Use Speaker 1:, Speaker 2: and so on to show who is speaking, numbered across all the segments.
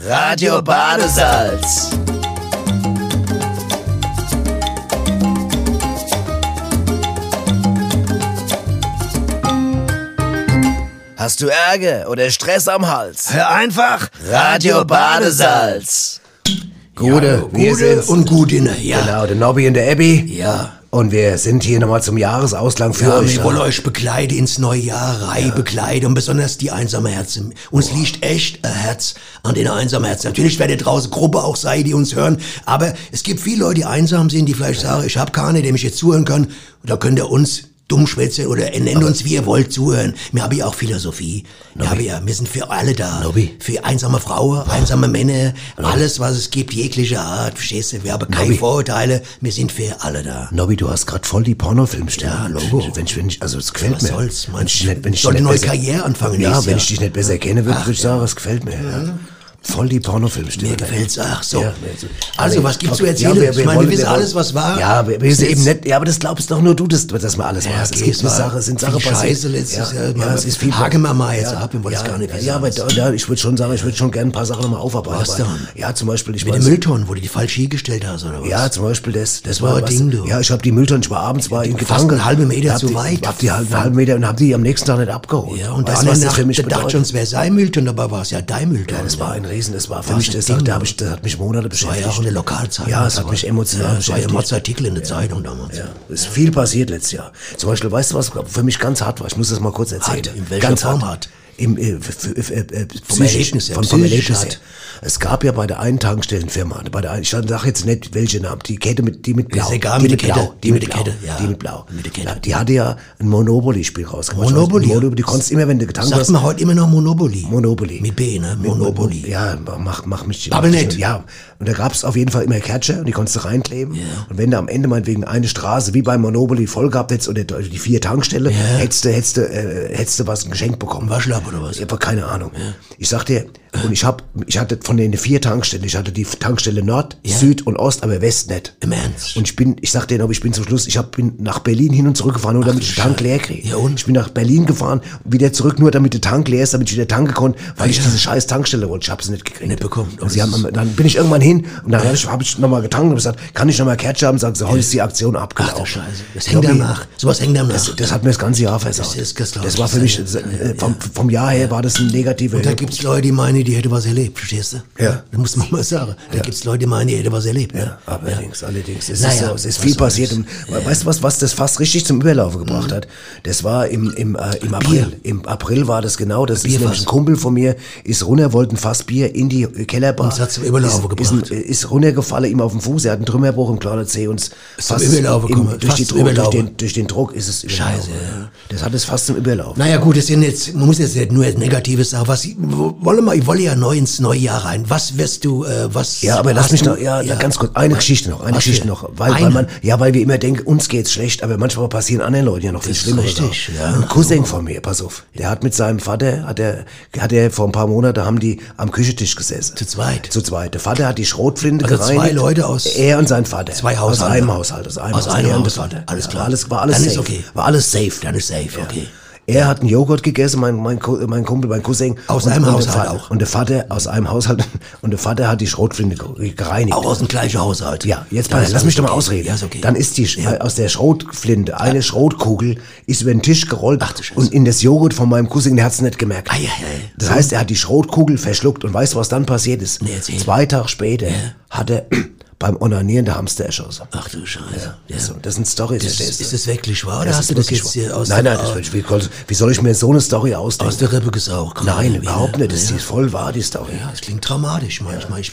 Speaker 1: Radio Badesalz. Hast du Ärger oder Stress am Hals?
Speaker 2: Hör einfach
Speaker 1: Radio Badesalz.
Speaker 2: Gude, wir
Speaker 3: Gute
Speaker 2: sind's.
Speaker 3: und Gudine, ja.
Speaker 2: Genau, der Nobby und der Abby.
Speaker 3: Ja.
Speaker 2: Und wir sind hier nochmal zum Jahresausklang für
Speaker 3: Ja,
Speaker 2: euch.
Speaker 3: wir wollen euch bekleiden ins neue Jahr, Rei bekleiden und besonders die einsame Herzen. Uns liegt echt ein Herz an den einsamen Herzen. Natürlich werdet draußen Gruppe auch sei, die uns hören, aber es gibt viele Leute, die einsam sind, die vielleicht sagen, ich hab keine, dem ich jetzt zuhören kann. Und da könnt ihr uns dummschwätzen oder nennt uns, wie ihr wollt, zuhören. Mir habe ich auch Philosophie. Ja, wir ja, wir sind für alle da.
Speaker 2: Nobby.
Speaker 3: Für einsame Frauen, einsame Männer, alles, was es gibt, jegliche Art, verstehst du? Wir haben keine
Speaker 2: Nobby.
Speaker 3: Vorurteile, wir sind für alle da.
Speaker 2: Nobby, du hast gerade voll die Pornofilmstimme. Ja, Logo. Wenn ich, wenn ich, also es gefällt
Speaker 3: Was
Speaker 2: mir.
Speaker 3: soll's,
Speaker 2: wenn
Speaker 3: meinst
Speaker 2: ich,
Speaker 3: du?
Speaker 2: nicht- wenn ich
Speaker 3: Soll
Speaker 2: nicht
Speaker 3: eine neue
Speaker 2: besser-
Speaker 3: Karriere anfangen
Speaker 2: Ja,
Speaker 3: nächstes
Speaker 2: wenn
Speaker 3: Jahr?
Speaker 2: ich dich nicht besser kenne, würde ich sagen, es gefällt mir. Ja. Voll die Pornofilmstimme.
Speaker 3: Mhm. Mir gefällt's, ach so.
Speaker 2: Ja,
Speaker 3: also, was gibt's zu erzählen? ich meine, wir wissen alles, was war.
Speaker 2: Ja, wir, wir wissen
Speaker 3: Jetzt-
Speaker 2: eben nicht. Ja, aber das glaubst doch nur du, dass, dass wir alles
Speaker 3: Ja,
Speaker 2: machst. Es
Speaker 3: okay,
Speaker 2: gibt eine
Speaker 3: es war
Speaker 2: Sache, es sind
Speaker 3: viel
Speaker 2: Sachen passiert.
Speaker 3: Scheiße letztes Jahr.
Speaker 2: Ja, es ist viel.
Speaker 3: Haken wir mal jetzt ab, wir wollen
Speaker 2: ja,
Speaker 3: das gar nicht wissen.
Speaker 2: Ja, aber da, da, ich würde schon sagen, ich würde schon gerne ein paar Sachen nochmal aufarbeiten.
Speaker 3: Was denn?
Speaker 2: Ja, zum Beispiel, ich
Speaker 3: Mit
Speaker 2: weiß-
Speaker 3: dem Müllton, wo du die falsch hingestellt hast, oder was?
Speaker 2: Ja, zum Beispiel das. Das
Speaker 3: war
Speaker 2: war
Speaker 3: ein
Speaker 2: was,
Speaker 3: Ding, du.
Speaker 2: Ja, ich hab die Mülltonne, ich war abends, war in
Speaker 3: Fast
Speaker 2: Gedanken.
Speaker 3: einen halben Meter
Speaker 2: hab
Speaker 3: zu
Speaker 2: die,
Speaker 3: weit.
Speaker 2: Hab die halben, halben Meter und hab die am nächsten Tag nicht abgeholt.
Speaker 3: ja und
Speaker 2: weißt,
Speaker 3: da
Speaker 2: du, was
Speaker 3: eine
Speaker 2: das für
Speaker 3: Nacht,
Speaker 2: mich
Speaker 3: da dachte
Speaker 2: bedeutet?
Speaker 3: schon, es wäre sein Müllton, dabei war es ja dein Müllton.
Speaker 2: Das war ein Riesen, das war für
Speaker 3: Was
Speaker 2: mich
Speaker 3: ein
Speaker 2: das,
Speaker 3: Ding,
Speaker 2: da hab
Speaker 3: Mann.
Speaker 2: ich, das hat mich Monate
Speaker 3: war
Speaker 2: beschäftigt.
Speaker 3: ja auch eine Lokalzeitung.
Speaker 2: Ja, es hat mich emotional
Speaker 3: ja, Es war ja
Speaker 2: beschäftigt.
Speaker 3: Mordsartikel in der Zeitung damals.
Speaker 2: Ja, ist viel passiert letztes Jahr. Zum Beispiel, weißt du, was für mich ganz hart war? Ich muss das mal kurz erzählen.
Speaker 3: Hart? In welcher
Speaker 2: ganz
Speaker 3: Form
Speaker 2: hart. Im, äh, f- f- äh, äh, psychisch.
Speaker 3: Erlebnis her,
Speaker 2: Vom, vom
Speaker 3: psychisch
Speaker 2: Erlebnis her.
Speaker 3: hart.
Speaker 2: Es gab ja bei der einen Tankstellenfirma, bei der einen, ich sage jetzt nicht welche Namen, die Kette mit, die mit Blau.
Speaker 3: Ist egal,
Speaker 2: die
Speaker 3: mit der Kette,
Speaker 2: Blau, die mit der Kette,
Speaker 3: ja.
Speaker 2: Die mit Blau.
Speaker 3: Mit der Kette.
Speaker 2: Ja, die hatte ja ein Monopoly-Spiel rausgebracht.
Speaker 3: Monopoly?
Speaker 2: Monopoly, die konntest immer, wenn du getankt
Speaker 3: Sagt
Speaker 2: hast.
Speaker 3: man heute immer noch Monopoly.
Speaker 2: Monopoly.
Speaker 3: Mit B, ne? Monopoly.
Speaker 2: Ja, mach, mach mich.
Speaker 3: Babbel
Speaker 2: mach mich-
Speaker 3: nicht.
Speaker 2: Ja, und da gab's auf jeden Fall immer Catcher und die konntest du reinkleben. Und wenn du am Ende meinetwegen eine Straße wie bei Monopoly voll gehabt hättest oder die vier Tankstelle, hättest du, hättest du, äh, hättest du was ein Geschenk bekommen.
Speaker 3: Waschlapp oder was?
Speaker 2: Ich habe keine Ahnung. Ich sag dir, und ich hab, ich hatte von den vier Tankstellen, ich hatte die Tankstelle Nord, Süd und Ost, aber West nicht.
Speaker 3: Im Ernst?
Speaker 2: Und ich bin, ich sag dir noch, ich bin zum Schluss, ich hab, bin nach Berlin hin und zurück gefahren, nur damit ich den Tank leer kriege.
Speaker 3: Ja, und?
Speaker 2: Ich bin nach Berlin gefahren, wieder zurück, nur damit der Tank leer ist, damit ich wieder tanken konnte, weil ich diese scheiß Tankstelle wollte. Ich hab's nicht gekriegt.
Speaker 3: Nicht bekommen.
Speaker 2: Und sie haben, dann bin ich irgendwann hin und dann hab ich, hab ich nochmal getankt und gesagt, kann ich nochmal Catch haben? Sagen sie, heute ist die Aktion abgelaufen.
Speaker 3: Ach du Scheiße. Das hängt einem nach. Sowas hängt einem nach.
Speaker 2: Das, das hat mir das ganze Jahr versaut.
Speaker 3: Das ist- das glaub ich.
Speaker 2: Das war für mich, äh, vom, vom Jahr her war das ein negativer
Speaker 3: Da gibt's Leute, die meinen, die hätte was erlebt, verstehst du?
Speaker 2: Ja.
Speaker 3: Das muss man mal sagen. Da gibt's Leute, die meinen, die hätte was erlebt. ne?
Speaker 2: Ja, allerdings, allerdings. Es, ist,
Speaker 3: Naja,
Speaker 2: so, es ist
Speaker 3: was
Speaker 2: viel
Speaker 3: soll's.
Speaker 2: passiert. Und, Weißt du, was, was das fast richtig zum Überlaufen
Speaker 3: Mhm.
Speaker 2: gebracht hat? Das war im, im, äh, im April. Im April war das genau. Das ist nämlich
Speaker 3: Bierfass.
Speaker 2: ein Kumpel von mir, ist runter, wollte ein Fass Bier in die äh, Kellerbar.
Speaker 3: Und es hat zum Überlaufen
Speaker 2: ist, Ist,
Speaker 3: gebracht.
Speaker 2: ein- äh, ist runtergefallen, ihm auf dem Fuß. Er hat einen Trümmerbruch im kleinen Zeh und es
Speaker 3: zum Überlaufen
Speaker 2: im-
Speaker 3: gekommen.
Speaker 2: durch,
Speaker 3: Fast
Speaker 2: die
Speaker 3: zum
Speaker 2: Druck, durch,
Speaker 3: Überlaufen.
Speaker 2: den, durch den Druck ist es überlaufen.
Speaker 3: Scheiße, ja.
Speaker 2: Das hat es fast zum Überlaufen.
Speaker 3: Naja gut, das sind jetzt, man muss jetzt nicht nur Negatives sagen. Was, wo- wollen wir, ich wolle ja neu ins neue Jahr rein. Was wirst du, äh, was...
Speaker 2: Ja, aber
Speaker 3: hast
Speaker 2: lass mich
Speaker 3: du-
Speaker 2: noch, ja, ganz kurz, eine Geschichte noch, eine
Speaker 3: Was
Speaker 2: Geschichte
Speaker 3: denn?
Speaker 2: noch, weil, weil
Speaker 3: Eine?
Speaker 2: man, ja, weil wir immer denken, uns geht's schlecht, aber manchmal passieren anderen Leuten ja noch viel
Speaker 3: ist
Speaker 2: schlimmer.
Speaker 3: richtig, ja.
Speaker 2: Ein Cousin von mir, pass auf, der hat mit seinem Vater, hat er, hat er vor ein paar Monaten, haben die am Küchentisch gesessen.
Speaker 3: Zu zweit.
Speaker 2: Zu zweit. Der Vater hat die Schrotflinte
Speaker 3: Also zwei
Speaker 2: gereinigt.
Speaker 3: Leute aus-
Speaker 2: Er und sein Vater.
Speaker 3: Zwei
Speaker 2: Aus
Speaker 3: Haushalte.
Speaker 2: einem Haushalt, aus einem
Speaker 3: Aus
Speaker 2: Haushalt.
Speaker 3: einem
Speaker 2: er und der
Speaker 3: Haushalt.
Speaker 2: Vater.
Speaker 3: Alles
Speaker 2: Ja,
Speaker 3: klar.
Speaker 2: War alles, war alles
Speaker 3: Dann
Speaker 2: safe.
Speaker 3: ist okay.
Speaker 2: War alles safe.
Speaker 3: Dann ist safe, okay.
Speaker 2: Er hat einen Joghurt gegessen, mein, mein, Cou- mein Kumpel, mein Cousin.
Speaker 3: Aus
Speaker 2: und,
Speaker 3: einem
Speaker 2: und
Speaker 3: Haushalt
Speaker 2: der Vater,
Speaker 3: auch.
Speaker 2: Und der Vater aus einem Haushalt. Und der Vater hat die Schrotflinte ge- gereinigt.
Speaker 3: Auch aus dem gleichen Haushalt.
Speaker 2: Ja, jetzt
Speaker 3: Dann
Speaker 2: pass,
Speaker 3: ist
Speaker 2: lass mich doch mal
Speaker 3: okay.
Speaker 2: ausreden.
Speaker 3: Ja, ist okay.
Speaker 2: Dann ist die Sch- äh, aus der Schrotflinte, eine Schrotkugel, ist über den Tisch gerollt
Speaker 3: Ach du Scheiße.
Speaker 2: und in das Joghurt von meinem Cousin, der hat's nicht gemerkt.
Speaker 3: Ei, ei, ei.
Speaker 2: Das heißt, er hat die Schrotkugel verschluckt und weißt du, was dann passiert ist?
Speaker 3: Nee, erzähl.
Speaker 2: Zwei Tage später hat er beim Onanieren der Hamster erschossen.
Speaker 3: Ach du Scheiße. Ja.
Speaker 2: So, das sind Storys.
Speaker 3: Ist,
Speaker 2: verstehst du?
Speaker 3: ist das wirklich wahr? Oder
Speaker 2: Das
Speaker 3: hast du
Speaker 2: ist
Speaker 3: das
Speaker 2: wirklich
Speaker 3: jetzt
Speaker 2: wahr.
Speaker 3: hier aus
Speaker 2: Nein,
Speaker 3: der,
Speaker 2: nein, das wird, wie, soll- wie soll ich mir so eine Story ausdenken?
Speaker 3: aus der Rippe gesaugt? Komm,
Speaker 2: nein,
Speaker 3: irgendwie,
Speaker 2: überhaupt
Speaker 3: ne?
Speaker 2: nicht. Das
Speaker 3: Ja.
Speaker 2: ist voll wahr, die Story.
Speaker 3: Ja, es klingt dramatisch manchmal. Ich,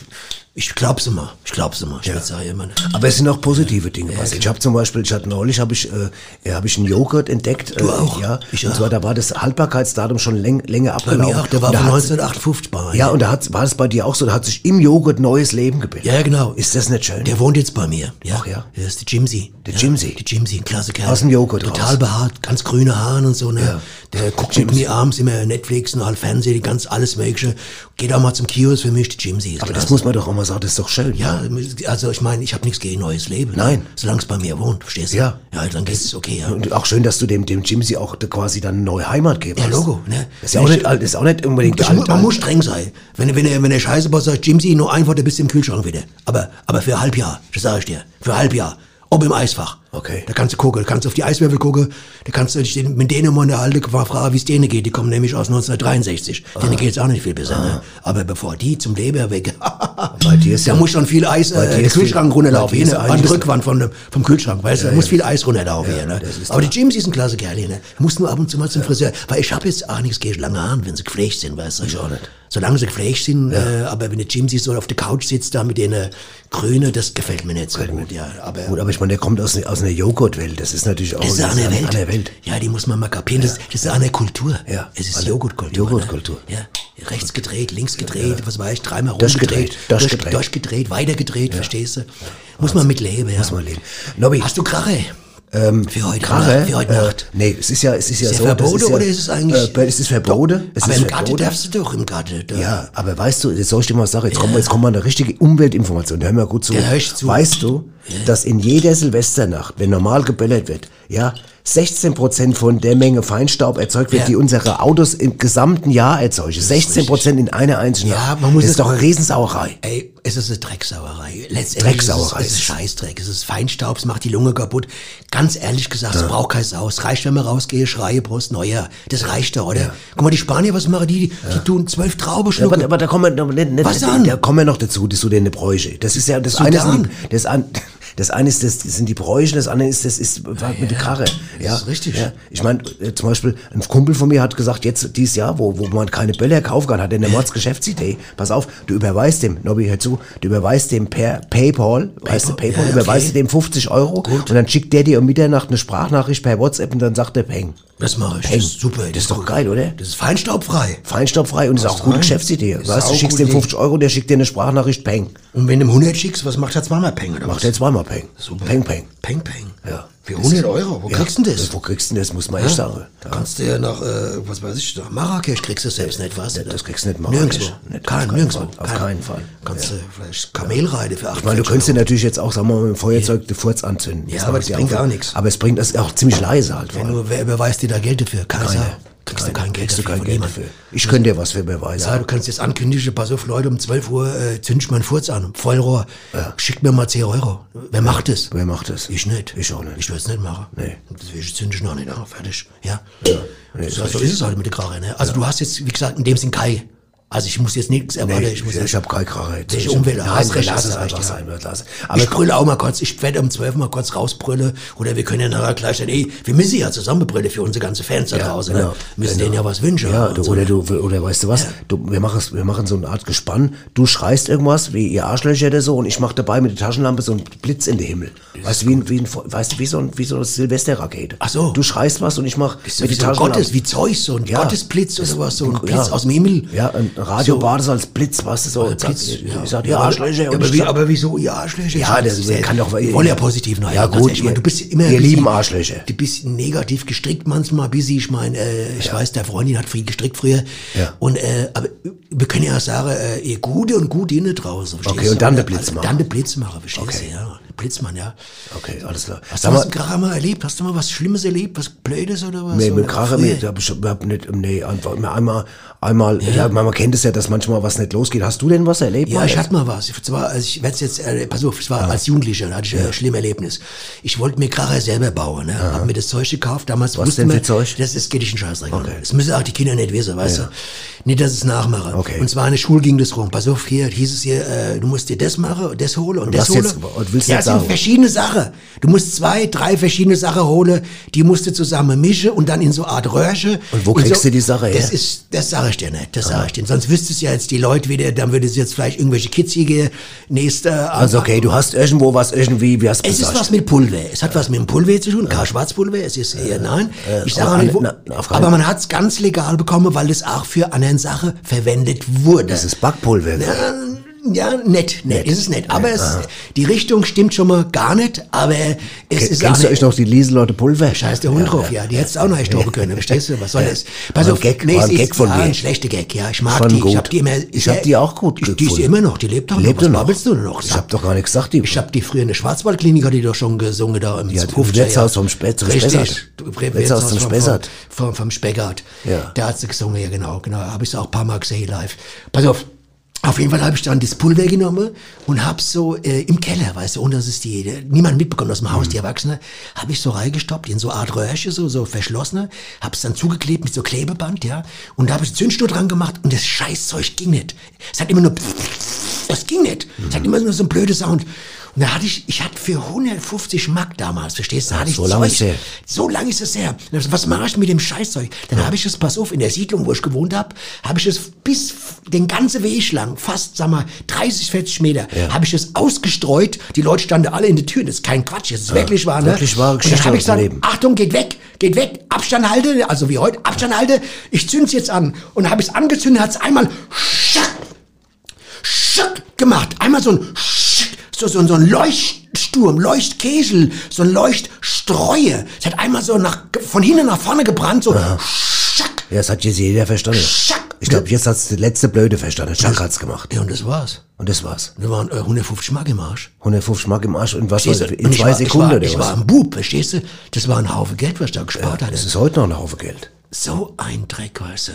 Speaker 3: ich glaub's immer. Ich glaub's immer. Ich ja. sage immer. ne?
Speaker 2: Aber es sind auch positive Dinge passiert. Ich habe zum Beispiel, ich hatte neulich, habe ich, äh, ja, hab ich einen Joghurt entdeckt. Du
Speaker 3: auch?
Speaker 2: Äh, ja.
Speaker 3: Ich
Speaker 2: und
Speaker 3: auch.
Speaker 2: zwar, da war das Haltbarkeitsdatum schon läng, länger
Speaker 3: Bei
Speaker 2: abgelaufen.
Speaker 3: mir auch, der war
Speaker 2: Und da
Speaker 3: von
Speaker 2: hat's-
Speaker 3: 1958 bei mir.
Speaker 2: Ja, und da hat's, war es bei dir auch so, da hat sich im Joghurt neues Leben gebildet.
Speaker 3: Ja, genau.
Speaker 2: Ist das nicht schön?
Speaker 3: Der wohnt jetzt bei mir. Ja.
Speaker 2: Ach ja.
Speaker 3: Das ist der Jimsy. Der ja,
Speaker 2: Jimsy.
Speaker 3: Der Jimsy, ein Klassiker.
Speaker 2: Aus dem Joghurt
Speaker 3: Total
Speaker 2: raus.
Speaker 3: behaart, ganz grüne Haare und so. Ne? Der guckt mit mir abends immer Netflix und halt Fernsehen, ganz alles Mögliche. Geht auch mal zum Kiosk für mich, der Jimsy. ist
Speaker 2: Aber
Speaker 3: klasse.
Speaker 2: das muss man doch auch man sagt, das ist doch schön.
Speaker 3: Ja, also ich meine, ich habe nichts gegen neues Leben. ne?
Speaker 2: Nein.
Speaker 3: Solange es bei mir wohnt, verstehst du?
Speaker 2: Ja.
Speaker 3: Ja, dann geht's es okay, ja.
Speaker 2: Und auch schön, dass du dem, dem Jimsy auch quasi dann eine neue Heimat gibst.
Speaker 3: Ja, Logo, ne?
Speaker 2: Ist ja auch nicht, alt- ist auch nicht unbedingt
Speaker 3: Ich,
Speaker 2: alt.
Speaker 3: mu- man muss streng sein. Wenn, wenn, er, wenn er Scheiße baut, sagt Jimsy, nur ein Wort, du bist im Kühlschrank wieder. Aber, aber für ein Halbjahr, das sage ich dir. Für ein Halbjahr. Ob im Eisfach.
Speaker 2: Okay.
Speaker 3: Da kannst du gucken, da kannst du auf die Eiswürfel gucken, da kannst du dich den- mit denen mal unterhalten, qua- fragen, wie es denen geht. Die kommen nämlich aus 1963.
Speaker 2: Ah.
Speaker 3: Denen geht's auch nicht viel besser. Ne? Aber bevor die zum Leber weg,
Speaker 2: Bei dir ist
Speaker 3: da
Speaker 2: ja-
Speaker 3: muss schon viel Eis
Speaker 2: bei dir
Speaker 3: äh, den
Speaker 2: ist
Speaker 3: Kühlschrank
Speaker 2: viel-
Speaker 3: runterlaufen.
Speaker 2: bei dir ist
Speaker 3: Hier, ne? an
Speaker 2: einiges-
Speaker 3: der Rückwand von, dem- vom Kühlschrank, weißt du, da muss
Speaker 2: ja.
Speaker 3: viel Eis runterlaufen. hier, ne?
Speaker 2: das ist
Speaker 3: Aber die Jimsy ist ein klasse Kerl hier, ne? Muss nur ab und zu mal zum Friseur. Weil ich habe jetzt auch nichts gegen lange Haare, wenn sie gepflegt sind, weißt du. Ich auch nicht. Solange sie gepflegt sind, äh, aber wenn der Jimsy so auf der Couch sitzt, da mit den äh, Grüne, das gefällt mir nicht so gut, ja. Aber
Speaker 2: Gut, aber ich meine, der kommt aus, ne, aus einer Joghurtwelt. Das ist natürlich auch
Speaker 3: das ist eine
Speaker 2: an-
Speaker 3: Welt.
Speaker 2: an der Welt.
Speaker 3: Ja, die muss man mal kapieren. Das, das ist eine Kultur.
Speaker 2: Ja.
Speaker 3: Es ist
Speaker 2: Alle-
Speaker 3: Joghurtkultur.
Speaker 2: Joghurtkultur.
Speaker 3: Ne? Ja. Rechts gedreht, links gedreht, was weiß ich, dreimal
Speaker 2: Durchgedreht,
Speaker 3: rumgedreht.
Speaker 2: durchgedreht.
Speaker 3: durchgedreht, weitergedreht, verstehst du? Muss man Ähm, mitleben, ja. Muss
Speaker 2: Mal leben. Nobby,
Speaker 3: Hast du Krache? für heute
Speaker 2: Krache?
Speaker 3: Nacht. Für heute
Speaker 2: äh,
Speaker 3: Nacht.
Speaker 2: Nee, es ist ja, es ist ja
Speaker 3: Ist
Speaker 2: so.
Speaker 3: ja
Speaker 2: das
Speaker 3: Verbode
Speaker 2: ja,
Speaker 3: oder ist es eigentlich-
Speaker 2: Äh, es ist Verbode. Es
Speaker 3: Aber
Speaker 2: ist
Speaker 3: im Garten
Speaker 2: Verbode.
Speaker 3: darfst du doch, im Garten. Da.
Speaker 2: Ja, aber weißt du, jetzt soll ich dir mal was sagen, jetzt kommen wir, jetzt kommen wir an eine richtige Umweltinformation, hör mal gut zu.
Speaker 3: Ja, hör ich zu.
Speaker 2: Weißt du, dass in jeder Silvesternacht, wenn normal geböllert wird, ja, 16 Prozent von der Menge Feinstaub erzeugt wird,
Speaker 3: Ja.
Speaker 2: die unsere Autos im gesamten Jahr erzeugen. 16 Prozent in einer einzigen
Speaker 3: Ja,
Speaker 2: Nacht.
Speaker 3: man muss
Speaker 2: das
Speaker 3: es-
Speaker 2: ist doch eine Riesensauerei.
Speaker 3: Ey, es ist eine Drecksauerei. Letztendlich
Speaker 2: Drecksauerei.
Speaker 3: Ist es, es ist Scheißdreck. Es ist Feinstaub, es macht die Lunge kaputt. Ganz ehrlich gesagt, es braucht kein Sau. Es reicht, wenn man rausgehe, schreie, Brust, neuer. Das reicht doch, oder? Guck mal, die Spanier, was machen die? Die, die tun zwölf Trauben
Speaker 2: Ja,
Speaker 3: schlucken.
Speaker 2: aber, aber da kommen wir noch, nicht, nicht,
Speaker 3: Was
Speaker 2: da-
Speaker 3: an?
Speaker 2: da kommen wir noch dazu, das zu den Bräuche. Das ist ja das
Speaker 3: Sudan.
Speaker 2: eine sind die, das, an, das eine ist das sind die Bräuche, das andere ist das ist mit der Karre. Ja,
Speaker 3: ist richtig.
Speaker 2: Ja. Ich meine, äh, zum Beispiel ein Kumpel von mir hat gesagt, jetzt dieses Jahr, wo, wo man keine Bälle kaufen kann, hat er eine Mordsgeschäftsidee. Pass auf, du überweist dem, Nobby, hör zu, du überweist dem per PayPal, weißt du, PayPal,
Speaker 3: ja,
Speaker 2: überweist
Speaker 3: okay.
Speaker 2: du dem 50 Euro und dann schickt der dir um Mitternacht eine Sprachnachricht per WhatsApp und dann sagt der Peng.
Speaker 3: das mache ich. Das ist super. Das,
Speaker 2: Das ist doch geil, oder?
Speaker 3: das ist feinstaubfrei.
Speaker 2: Feinstaubfrei und ist auch eine gute
Speaker 3: rein.
Speaker 2: Geschäftsidee.
Speaker 3: Ist
Speaker 2: Weißt du,
Speaker 3: auch
Speaker 2: schickst
Speaker 3: gute
Speaker 2: dem 50 Euro, der schickt dir eine Sprachnachricht, peng.
Speaker 3: Und wenn du ihm 100 schickst, was macht er zweimal Peng? Oder
Speaker 2: Macht
Speaker 3: was?
Speaker 2: er zweimal peng. Peng, peng.
Speaker 3: Peng, Peng.
Speaker 2: Ja.
Speaker 3: Für 100 Euro. Wo
Speaker 2: Ja.
Speaker 3: kriegst du denn das?
Speaker 2: Wo kriegst du denn das, muss man echt sagen.
Speaker 3: Da kannst du ja nach, äh, was weiß ich, nach Marrakesch kriegst du es selbst nicht, was?
Speaker 2: Das kriegst du nicht mal.
Speaker 3: Nirgendwo.
Speaker 2: Nicht,
Speaker 3: Kein,
Speaker 2: auf keinen
Speaker 3: nirgendwo.
Speaker 2: Fall. Auf keinen Fall.
Speaker 3: Kannst du vielleicht Kamelreide für 8
Speaker 2: Ich meine, du könntest dir natürlich jetzt auch, sagen wir mal, mit dem Feuerzeug den Furz anzünden.
Speaker 3: Ja,
Speaker 2: Das
Speaker 3: aber
Speaker 2: macht
Speaker 3: das bringt gar nichts.
Speaker 2: Aber es bringt das ist auch ziemlich leise halt. vor allem.
Speaker 3: Nur wer überweist dir da Geld dafür? Kaiser. Kriegst du kein Geld
Speaker 2: Kriegst du
Speaker 3: dafür
Speaker 2: kein
Speaker 3: von
Speaker 2: Geld
Speaker 3: niemandem.
Speaker 2: dafür. Ich könnte dir was für beweisen.
Speaker 3: Ja, du kannst jetzt ankündigen, pass auf Leute, um 12 Uhr äh, zünd ich meinen Furz an, Vollrohr. Schickt mir mal 10 Euro. Wer macht es?
Speaker 2: Wer macht das?
Speaker 3: Ich nicht.
Speaker 2: Ich auch nicht.
Speaker 3: Ich würde es nicht machen.
Speaker 2: Nee.
Speaker 3: Deswegen zünde ich noch nicht an. Fertig. Ja. so, so ist es halt mit der Krache. Ne? Also du hast jetzt, wie gesagt, in dem Sinn Kai. Also ich muss jetzt nichts erwarten.
Speaker 2: Nee,
Speaker 3: ich
Speaker 2: ich
Speaker 3: muss
Speaker 2: ich habe keine Krache.
Speaker 3: Welche Umwelt-
Speaker 2: Nein,
Speaker 3: hast recht,
Speaker 2: lass
Speaker 3: hast
Speaker 2: es
Speaker 3: recht,
Speaker 2: einfach
Speaker 3: ja.
Speaker 2: sein. lass es.
Speaker 3: Aber
Speaker 2: Aber
Speaker 3: ich brülle auch mal kurz. Ich werde um 12 mal kurz rausbrüllen. Oder wir können ja nachher gleich dann, ey, wir müssen ja zusammen brüllen für unsere ganzen Fans da draußen. Ne?
Speaker 2: genau.
Speaker 3: Wir müssen denen ja was wünschen.
Speaker 2: Ja,
Speaker 3: und
Speaker 2: du,
Speaker 3: so.
Speaker 2: oder du, oder weißt du was? Du, wir, machen, es- wir machen so eine Art Gespann. Du schreist irgendwas, wie ihr Arschlöcher oder so, und ich mache dabei mit der Taschenlampe so einen Blitz in den Himmel. Weißt du, wie, ein- wie, ein, Feu- weißt du, wie so, ein, wie so eine Silvesterrakete.
Speaker 3: Ach so.
Speaker 2: Du schreist was und ich mache
Speaker 3: Ist wie so ein Gottes, wie Zeus, so ein Gottesblitz oder sowas, so ein Blitz aus dem Himmel.
Speaker 2: Ja, ein Radio war das als Blitz, weißt du, so.
Speaker 3: Blitz,
Speaker 2: sagt-
Speaker 3: ja.
Speaker 2: sagt, ihr
Speaker 3: aber-
Speaker 2: Arschlöcher. und
Speaker 3: aber,
Speaker 2: ich
Speaker 3: wie,
Speaker 2: sag-
Speaker 3: aber wieso ihr Arschlöcher?
Speaker 2: ja, das
Speaker 3: ist ja-
Speaker 2: kann doch...
Speaker 3: Wir wollen ja positiv nachher.
Speaker 2: Ja
Speaker 3: ganz
Speaker 2: gut,
Speaker 3: ehrlich, ich meine, du bist ja immer ein
Speaker 2: wir
Speaker 3: bisschen-
Speaker 2: lieben Arschlöcher.
Speaker 3: Du bist negativ gestrickt manchmal, bis ich meine, äh, ich weiß, der Freundin hat viel gestrickt früher.
Speaker 2: Ja.
Speaker 3: Und äh, aber wir können ja sagen, äh, ihr Gute und Gute innen draußen. verstehst
Speaker 2: Okay,
Speaker 3: du?
Speaker 2: und dann der
Speaker 3: Also,
Speaker 2: Blitzmacher.
Speaker 3: Dann der Blitzmacher, verstehst
Speaker 2: Okay.
Speaker 3: du? Ja, Blitzmann, ja.
Speaker 2: Okay, alles klar.
Speaker 3: Hast
Speaker 2: Sag
Speaker 3: du
Speaker 2: mal-
Speaker 3: was im Kracher mal erlebt? Hast du mal was Schlimmes erlebt, was Blödes oder was?
Speaker 2: Nee,
Speaker 3: Oder
Speaker 2: mit Krache,
Speaker 3: früher?
Speaker 2: nee, da hab ich überhaupt nicht, nee, einfach immer einmal, einmal, ja. man kennt es ja, dass manchmal was nicht losgeht. Hast du denn was erlebt?
Speaker 3: Ja,
Speaker 2: Mal?
Speaker 3: ich hatte mal was. Ich, zwar, also ich werd's jetzt, äh, pass auf, ich war als Jugendlicher, da hatte ich ein schlimmes Erlebnis. Ich wollte mir Kracher selber bauen, ne? Hab mir das Zeug gekauft, damals was
Speaker 2: denn für Zeug?
Speaker 3: Das ist geht ich in Scheiß rein.
Speaker 2: Okay.
Speaker 3: Das müssen auch die Kinder nicht wissen, weißt du? Nicht, dass es nachmache.
Speaker 2: Okay.
Speaker 3: Und zwar in der Schule ging das rum. Pass auf, hier hieß es hier, äh, du musst dir das machen und das holen und das
Speaker 2: was
Speaker 3: holen.
Speaker 2: jetzt? Und willst du
Speaker 3: ja,
Speaker 2: jetzt
Speaker 3: es sind
Speaker 2: sagen?
Speaker 3: verschiedene Sachen. Du musst zwei, drei verschiedene Sachen holen, die musst du zusammen mischen und dann in so eine Art Röhrchen.
Speaker 2: Und wo
Speaker 3: in
Speaker 2: kriegst
Speaker 3: so,
Speaker 2: du die Sache her?
Speaker 3: Das ist, das sage ich dir nicht, das sage ich dir. nicht. Sonst wüsste es ja jetzt die Leute wieder, dann würde es jetzt vielleicht irgendwelche kitzige nächste...
Speaker 2: Also okay, du hast irgendwo was irgendwie, wie hast du
Speaker 3: es ist
Speaker 2: gesagt?
Speaker 3: was mit Pulver. Es hat was mit dem Pulver zu tun. Kein Schwarzpulver. Es ist eher nein. Ich sage
Speaker 2: aber
Speaker 3: auch nicht, wo,
Speaker 2: an- na, auf keinen-
Speaker 3: aber man hat es ganz legal bekommen, weil es auch für andere Sache verwendet wurde.
Speaker 2: Das ist Backpulver.
Speaker 3: Äh, Ja, nett, nett, ist es nett. Aber es, die Richtung stimmt schon mal gar nicht, aber es ist
Speaker 2: Kennst du
Speaker 3: eine-
Speaker 2: euch noch die Lieselotte Pulver?
Speaker 3: Scheiß der Hund drauf, ja. Die hättest du auch noch echt droppen können, verstehst du? Was soll das? Pass
Speaker 2: War ein
Speaker 3: auf,
Speaker 2: Gag, war ein
Speaker 3: es
Speaker 2: Gag
Speaker 3: ist-
Speaker 2: von
Speaker 3: ja,
Speaker 2: mir.
Speaker 3: Ein schlechter Gag, ja. Ich mag
Speaker 2: Schon
Speaker 3: die.
Speaker 2: gut.
Speaker 3: Ich hab die immer.
Speaker 2: Ich hab die auch gut
Speaker 3: ich, Die ist
Speaker 2: gefunden.
Speaker 3: immer noch, die lebt doch
Speaker 2: Lebt doch
Speaker 3: noch. Was
Speaker 2: noch.
Speaker 3: babbelst du denn noch?
Speaker 2: Ich hab doch gar nichts gesagt, die.
Speaker 3: Ich hab die früher in der Schwarzwaldklinik, hat die doch schon gesungen da im
Speaker 2: Ja,
Speaker 3: Zukunftsjahr,
Speaker 2: im Wirtshaus vom Spe- zum
Speaker 3: Richtig.
Speaker 2: Spessart.
Speaker 3: Du-
Speaker 2: Wirtshaus zum
Speaker 3: vom-
Speaker 2: Spessart.
Speaker 3: Vom, vom, vom Speckart.
Speaker 2: Ja.
Speaker 3: Da hat sie gesungen, ja genau, genau. Habe ich sie auch ein paar Mal gesehen live. Pass auf. Auf jeden Fall habe ich dann das Pulver genommen und habe so äh, im Keller, weißt du, ohne dass es die, äh, niemand mitbekommt aus dem
Speaker 2: Mhm.
Speaker 3: Haus, die Erwachsene, habe ich so reingestoppt in so Art Röhrchen, so, so verschlossene, habe es dann zugeklebt mit so Klebeband, ja, und da habe ich Zündschnur dran gemacht und das Scheißzeug ging nicht. Es hat immer nur das ging nicht. Es
Speaker 2: Mhm.
Speaker 3: hat immer nur so ein blöder Sound. Und da hatte ich, ich hatte für 150 Mark damals, verstehst du, da hatte ich
Speaker 2: so lange
Speaker 3: Zeug.
Speaker 2: ist her.
Speaker 3: So lange ist es her. Und dann hab ich gesagt, Was mache ich mit dem Scheißzeug? Dann habe ich es, pass auf, in der Siedlung, wo ich gewohnt habe, habe ich es bis f- den ganzen Weg lang, fast, sag mal, 30, 40 Meter, habe ich es ausgestreut. Die Leute standen alle in den Türen. Das ist kein Quatsch, das ist wirklich wahr. Ne?
Speaker 2: wirklich wahre
Speaker 3: Und dann
Speaker 2: Geschichte
Speaker 3: hab ich
Speaker 2: aus dem
Speaker 3: gesagt,
Speaker 2: Leben.
Speaker 3: Achtung, geht weg, geht weg, Abstand halte, also wie heute, Abstand halte. Ich zünd's jetzt an. Und habe es angezündet, hat es einmal schack, Schick gemacht. Einmal so ein Schick, so, so, so ein Leuchtsturm, Leuchtkesel, so ein Leuchtstreue. Es hat einmal so nach, von hinten nach vorne gebrannt, so Schick,
Speaker 2: Ja, das hat jetzt jeder verstanden.
Speaker 3: Schack.
Speaker 2: Ich glaube, jetzt hat's der letzte Blöde verstanden. Schack hat's gemacht.
Speaker 3: Ja, und Ne. das war's.
Speaker 2: Und das war's.
Speaker 3: Da waren äh, 150 Mark im Arsch. Also
Speaker 2: 150 Mark im Arsch und was war
Speaker 3: Verstehst du?
Speaker 2: das? In
Speaker 3: Und ich
Speaker 2: zwei
Speaker 3: war,
Speaker 2: Sekunden oder
Speaker 3: Ich war, ne? ich war
Speaker 2: was?
Speaker 3: ein Bub, verstehst du? Das war ein Haufen Geld, was ich da gespart
Speaker 2: Das
Speaker 3: hatte.
Speaker 2: ist heute noch ein Haufen Geld.
Speaker 3: So ein Dreck, weißt du?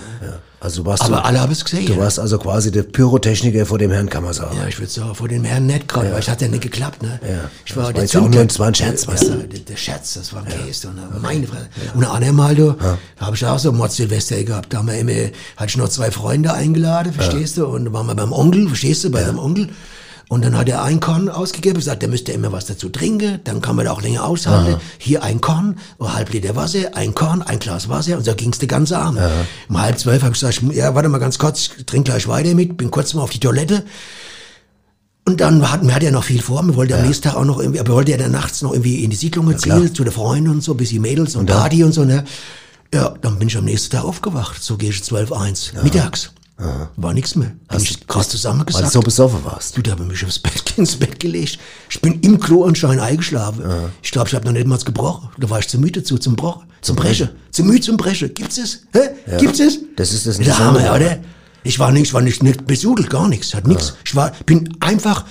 Speaker 2: Also du warst
Speaker 3: Aber
Speaker 2: du,
Speaker 3: alle haben es gesehen.
Speaker 2: du warst also quasi der Pyrotechniker vor dem Herrn Kammersaal.
Speaker 3: Ja, ich würde sagen, vor dem Herrn nett gerade, weil es hat ja nicht geklappt, ne? Ja. Ich
Speaker 2: Das
Speaker 3: war
Speaker 2: war
Speaker 3: der
Speaker 2: jetzt auch
Speaker 3: Zündler.
Speaker 2: nur- das war ein Scherz, weißt du?
Speaker 3: ja, der, der Scherz, das war ein Käse. Und dann meine Fresse. Und einmal, halt, du, da habe ich auch so ein Mordsilvester gehabt. Da haben wir immer, hatte ich noch zwei Freunde eingeladen, verstehst du? Und dann waren wir beim Onkel, verstehst du, bei seinem Onkel. Und dann hat er ein Korn ausgegeben, gesagt, der müsste immer was dazu trinken, dann kann man da auch länger aushalten. Hier ein Korn, ein halb Liter Wasser, ein Korn, ein Glas Wasser und so ging's den ganzen Abend. Um halb zwölf habe ich gesagt, ich mu- ja, warte mal ganz kurz, ich trink gleich weiter mit, bin kurz mal auf die Toilette. Und dann hatten wir hatten ja noch viel vor. Wir wollten am nächsten Tag auch noch irgendwie, aber wollte ja dann nachts noch irgendwie in die Siedlung erzählen, zu der Freundin und so, bis die Mädels und, Party und so, ne? Ja, dann bin ich am nächsten Tag aufgewacht. So gehe ich 12, 1, mittags. War nichts mehr. Bin ich krass
Speaker 2: Weil du
Speaker 3: zusammengesackt.
Speaker 2: so besoffen warst.
Speaker 3: Du, da habe ich mich aufs Bett, ins Bett gelegt. Ich bin im Klo anscheinend eingeschlafen. Ich glaube, ich habe noch nicht mal gebrochen. Da war ich zu müde zu, zum Brochen. Zum Brechen. Zu müde zum Brechen. Gibt's es? Hä? Gibt's es?
Speaker 2: Das ist das
Speaker 3: Der
Speaker 2: Besondere.
Speaker 3: Hammer, oder? Ich war nichts, war nicht, nicht besudelt, gar nichts. Hat nichts. Ich war, bin einfach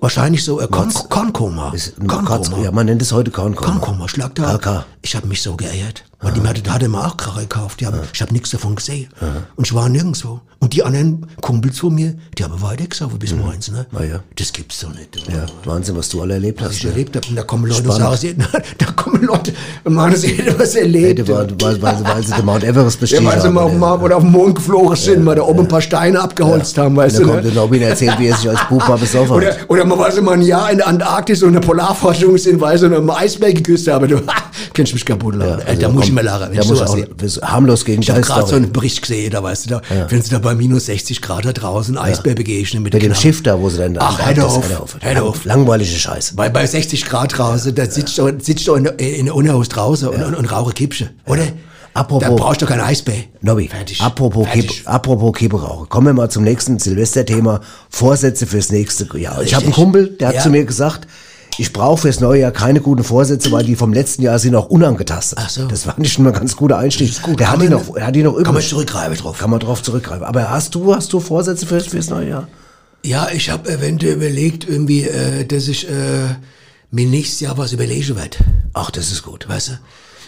Speaker 3: wahrscheinlich so äh, Korn, Kornkoma.
Speaker 2: Ist ein Katz-
Speaker 3: Kornkoma.
Speaker 2: Ja, man nennt es heute Kornkoma.
Speaker 3: Kornkoma, schlag da.
Speaker 2: KK.
Speaker 3: Ich habe mich so geehrt. Weil die hatte, da hatte immer auch Kracher gekauft. Die haben, Ich habe nichts davon gesehen. Und ich war nirgendwo. Und die anderen Kumpels von mir, die haben weitergesaufen bis morgens. Ne?
Speaker 2: Ah, ja.
Speaker 3: Das gibt's doch nicht.
Speaker 2: Ja, Wahnsinn, was du alle erlebt
Speaker 3: Was ich
Speaker 2: hast. ne?
Speaker 3: erlebt habe. Und da kommen Leute
Speaker 2: Spannend.
Speaker 3: und sagen, sie- da kommen Leute und machen das jeder, was erlebt.
Speaker 2: Hätte, weil, weil, weil, weil sie den Mount Everest
Speaker 3: Ja,
Speaker 2: bestiegen
Speaker 3: weil sie mal auf,
Speaker 2: haben.
Speaker 3: dem
Speaker 2: ne?
Speaker 3: Mars oder auf den Mond geflogen sind, weil da oben ein paar Steine abgeholzt haben,
Speaker 2: Und
Speaker 3: weißt
Speaker 2: dann
Speaker 3: du.
Speaker 2: kommt
Speaker 3: ne?
Speaker 2: der Nobby und erzählt, wie er sich als Buch mal besoffen
Speaker 3: Oder,
Speaker 2: hat.
Speaker 3: oder man war so mal ein Jahr in der Antarktis und in der Polarforschung sind, weil so einem Eisberg geküsst habe. Du kennst mich kaputt, lachen. Äh,
Speaker 2: Also
Speaker 3: da muss ich
Speaker 2: komm,
Speaker 3: mal lachen. wenn
Speaker 2: Da
Speaker 3: ich
Speaker 2: muss
Speaker 3: sowas
Speaker 2: auch
Speaker 3: sehe.
Speaker 2: das- harmlos gegen
Speaker 3: Ich habe gerade so
Speaker 2: Scheiß-Story.
Speaker 3: einen Bericht gesehen, da weißt du, da, wenn sie da bei minus 60 Grad da draußen Eisbär begegnen mit,
Speaker 2: Mit dem
Speaker 3: Knarre.
Speaker 2: Schiff da, wo sie dann...
Speaker 3: Genau. Ach, hör
Speaker 2: das-
Speaker 3: auf, hör
Speaker 2: Lang-
Speaker 3: auf.
Speaker 2: Langweilige Scheiße.
Speaker 3: Bei, bei 60 Grad draußen, da sitzt du sitzt du in, in der Unhaus draußen und, und, und rauche Kippsche, oder?
Speaker 2: Apropos-
Speaker 3: Da brauchst du keinen Eisbär.
Speaker 2: Nobby,
Speaker 3: Fertig.
Speaker 2: apropos,
Speaker 3: Fertig.
Speaker 2: Kippe, apropos Kippe rauchen. Kommen wir mal zum nächsten Silvesterthema. Vorsätze fürs nächste Jahr. Ich habe einen
Speaker 3: Richtig.
Speaker 2: Kumpel, der hat
Speaker 3: Ja.
Speaker 2: zu mir gesagt, ich brauche fürs neue Jahr keine guten Vorsätze, weil die vom letzten Jahr sind auch unangetastet.
Speaker 3: Ach so.
Speaker 2: Das fand ich schon mal ganz guter Einstieg.
Speaker 3: ist gut.
Speaker 2: Der
Speaker 3: Kann
Speaker 2: hat die
Speaker 3: man-
Speaker 2: noch, er hat die noch übrig.
Speaker 3: Kann man zurückgreifen drauf.
Speaker 2: Kann man drauf zurückgreifen. Aber hast du, hast du Vorsätze fürs, fürs neue Jahr?
Speaker 3: Ja, ich habe eventuell überlegt, irgendwie, äh, dass ich äh, mir nächstes Jahr was überlegen werde.
Speaker 2: Ach, das ist gut.
Speaker 3: Weißt du?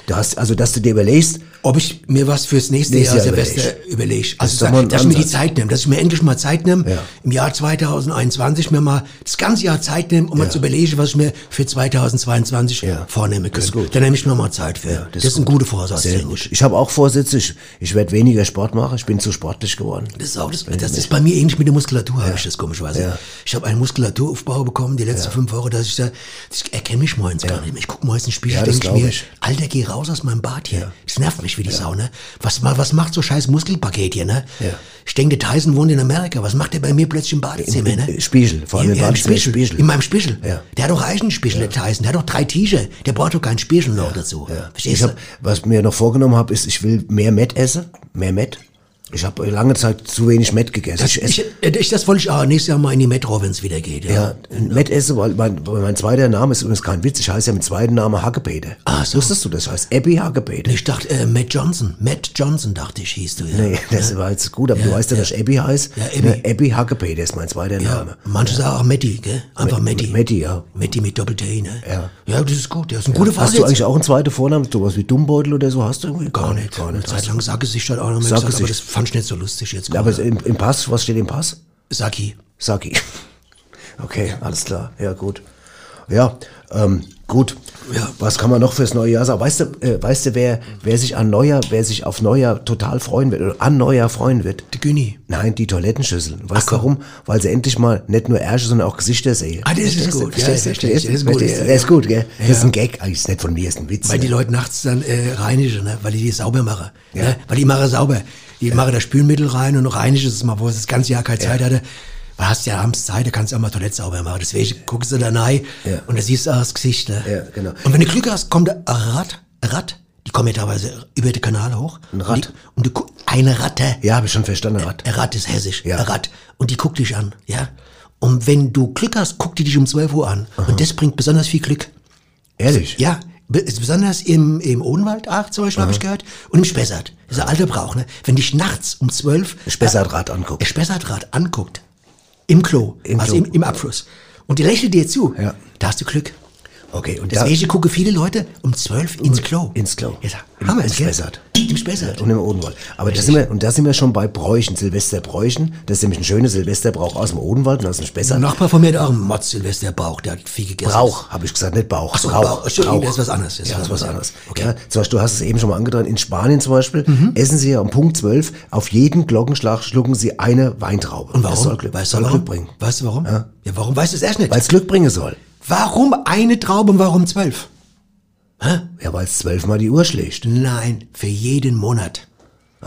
Speaker 2: Du hast, also, dass du dir überlegst,
Speaker 3: Ob ich mir was fürs nächste
Speaker 2: Nächstes
Speaker 3: Jahr
Speaker 2: Jahr
Speaker 3: Silvester überlege.
Speaker 2: ist
Speaker 3: Also,
Speaker 2: doch
Speaker 3: sag,
Speaker 2: mal ein
Speaker 3: dass ich mir die
Speaker 2: Ansatz.
Speaker 3: Zeit nehme, dass ich mir endlich mal Zeit nehme,
Speaker 2: Ja.
Speaker 3: im Jahr 2021 mir mal das ganze Jahr Zeit nehme, um mal zu überlegen, was ich mir für 2022
Speaker 2: Ja.
Speaker 3: vornehmen
Speaker 2: Das ist
Speaker 3: könnte.
Speaker 2: gut.
Speaker 3: Da nehme ich mir mal Zeit für. das, ist ein guter Vorsatz.
Speaker 2: sehr
Speaker 3: finde ich.
Speaker 2: gut. Ich habe auch Vorsätze, ich, ich werde weniger Sport machen, ich bin zu sportlich geworden.
Speaker 3: Das ist, auch das, das ist bei mir ähnlich mit der Muskulatur, habe ich das komischerweise. Ich habe einen Muskulaturaufbau bekommen, die letzten fünf Wochen, dass ich da, ich erkenne mich morgens gar nicht mehr. Ich gucke morgens in den Spiegel,
Speaker 2: Ja, das
Speaker 3: denke ich
Speaker 2: glaub
Speaker 3: mir,
Speaker 2: ich.
Speaker 3: Alter, geh raus aus meinem Bad hier. Das nervt mich wie die Sau, ne? Was, ma- was macht so scheiß Muskelpaket hier, ne?
Speaker 2: Ja.
Speaker 3: Ich denke, der Tyson wohnt in Amerika. Was macht der bei mir plötzlich im Badezimmer, ne?
Speaker 2: Im Spiegel, Äh, vor allem im
Speaker 3: ja, im
Speaker 2: Badezimmer,
Speaker 3: Spiegel.
Speaker 2: Spiegel.
Speaker 3: In meinem Spiegel.
Speaker 2: Ja.
Speaker 3: Der hat doch Eisenspiegel, der Tyson. Der hat doch drei T-Shirts. Der braucht doch keinen Spiegel noch dazu.
Speaker 2: Ja.
Speaker 3: Verstehst
Speaker 2: ich hab,
Speaker 3: du?
Speaker 2: was mir noch vorgenommen habe, ist, ich will mehr Met essen. Mehr Met. Ich habe lange Zeit zu wenig Met gegessen.
Speaker 3: Das,
Speaker 2: ich esse,
Speaker 3: ich, ich, das wollte ich auch nächstes Jahr mal in die Metro, wenn es wieder geht. Ja.
Speaker 2: ja, Met esse, weil mein, weil mein zweiter Name ist übrigens kein Witz. Ich heiße ja mit zweiten Namen Hackebede.
Speaker 3: Ah, so.
Speaker 2: Wusstest du das? Ich heiße Abby Hackebede.
Speaker 3: Ich dachte, äh, Matt Johnson. Matt Johnson, dachte ich, hieß du. Ja.
Speaker 2: Nee, das war jetzt gut, aber du weißt ja, dass ich Abby heiße.
Speaker 3: Ja, Abby.
Speaker 2: Ne, Abby Hackebede ist mein zweiter Name.
Speaker 3: Manche sagen auch Matti, gell? Einfach Matti.
Speaker 2: Matti, ja.
Speaker 3: Matti mit Doppel-T, ne? Ja. Ja, das ist gut. Das ist ein guter
Speaker 2: Hast du eigentlich auch einen zweiten Vornamen? Sowas wie Dummbeutel oder so hast du irgendwie?
Speaker 3: Gar nicht. Gar nicht. Zeit lang Sackgesicht hat auch noch mal
Speaker 2: Sackgesicht.
Speaker 3: gesagt, aber das fand ich nicht so lustig jetzt.
Speaker 2: Ja, aber im, im Pass, was steht im Pass?
Speaker 3: Saki.
Speaker 2: Saki. Okay, alles klar. Ja, gut. Ja, ähm, gut.
Speaker 3: Ja.
Speaker 2: Was kann man noch fürs neue Jahr sagen? Weißt du, äh, weißt du wer, wer sich an Neujahr, wer sich auf Neujahr total freuen wird oder an Neujahr freuen wird?
Speaker 3: De Güni.
Speaker 2: Nein, die Toilettenschüsseln. Weißt du warum? Weil sie endlich mal nicht nur Ärsche, sondern auch Gesichter sehen.
Speaker 3: Ah, das ist
Speaker 2: Verstehst du?
Speaker 3: gut. Ja,
Speaker 2: Verstehst du?
Speaker 3: das verstehe ich.
Speaker 2: Verstehst du?
Speaker 3: Das ist gut,
Speaker 2: Verstehst du?
Speaker 3: ja,
Speaker 2: Das ist
Speaker 3: ja.
Speaker 2: gut, gell? Das ist ein Gag. Eigentlich ist nicht von mir, ist ein Witz.
Speaker 3: Weil die
Speaker 2: ne?
Speaker 3: Leute nachts dann äh, reinigen, ne? weil die die sauber machen. Ne? Weil die machen sauber. Die machen da Spülmittel rein und noch reinigen es mal, wo es das ganze Jahr keine Zeit hatte. Weil hast ja abends Zeit, da kannst du auch mal Toilette sauber machen. Deswegen guckst du da rein
Speaker 2: Ja.
Speaker 3: und da siehst du auch das Gesicht. Ne?
Speaker 2: Ja, genau.
Speaker 3: Und wenn du Glück hast, kommt da ein Rad, ein Rad. Die kommen ja teilweise über den Kanal hoch. Ein
Speaker 2: Rad?
Speaker 3: Und, die, und du, gu- eine Ratte.
Speaker 2: ja, habe ich schon verstanden, Rat.
Speaker 3: äh, Ein Rad ist hessisch.
Speaker 2: Ja.
Speaker 3: Ein Rad. Und die guckt dich an. Ja. Und wenn du Glück hast, guckt die dich um 12 Uhr an. Und das bringt besonders viel Glück.
Speaker 2: Ehrlich?
Speaker 3: Ja, be- ist besonders im, im Odenwald, ach, zum Beispiel, habe ich gehört, und im Spessart. Das ist ein alter Brauch, ne? Wenn dich nachts um zwölf
Speaker 2: Spessartrat angucken.
Speaker 3: der Spessartrad anguckt, im Klo,
Speaker 2: Im
Speaker 3: also
Speaker 2: Klo.
Speaker 3: Im, im Abfluss, und die lächelt dir zu,
Speaker 2: Ja.
Speaker 3: da hast du Glück.
Speaker 2: Okay, und da,
Speaker 3: Deswegen gucken viele Leute um zwölf ins Klo.
Speaker 2: ins Klo.
Speaker 3: Ja,
Speaker 2: Im-
Speaker 3: Hammer,
Speaker 2: im
Speaker 3: gell?
Speaker 2: Spessart.
Speaker 3: Im Spessart.
Speaker 2: und im Odenwald. Aber da sind wir, und da sind wir schon bei Bräuchen, Silvesterbräuchen. Das ist nämlich ein schöner Silvesterbrauch aus dem Odenwald und aus dem
Speaker 3: Ein
Speaker 2: Spessart.
Speaker 3: Nachbar von mir hat auch einen Motz Silvester Bauch, der hat viel gegessen.
Speaker 2: Brauch, habe ich gesagt, nicht Bauch.
Speaker 3: so, Bauch.
Speaker 2: Rauch,
Speaker 3: Entschuldigung, das ist was anderes. Das
Speaker 2: Ja, das ist was anderes.
Speaker 3: Okay. Mhm.
Speaker 2: Ja, zum Beispiel, du hast es eben schon mal angedeutet, in Spanien zum Beispiel, essen sie ja um Punkt 12, auf jeden Glockenschlag schlucken sie eine Weintraube.
Speaker 3: Und warum?
Speaker 2: Das soll Glück,
Speaker 3: weißt du
Speaker 2: soll
Speaker 3: warum?
Speaker 2: Glück bringen.
Speaker 3: Weißt du warum? Ja, warum weißt du es erst nicht?
Speaker 2: Weil es Glück bringen soll.
Speaker 3: warum eine Traube und warum zwölf?
Speaker 2: Ja, weil es zwölfmal die Uhr schlägt.
Speaker 3: Nein, für jeden Monat.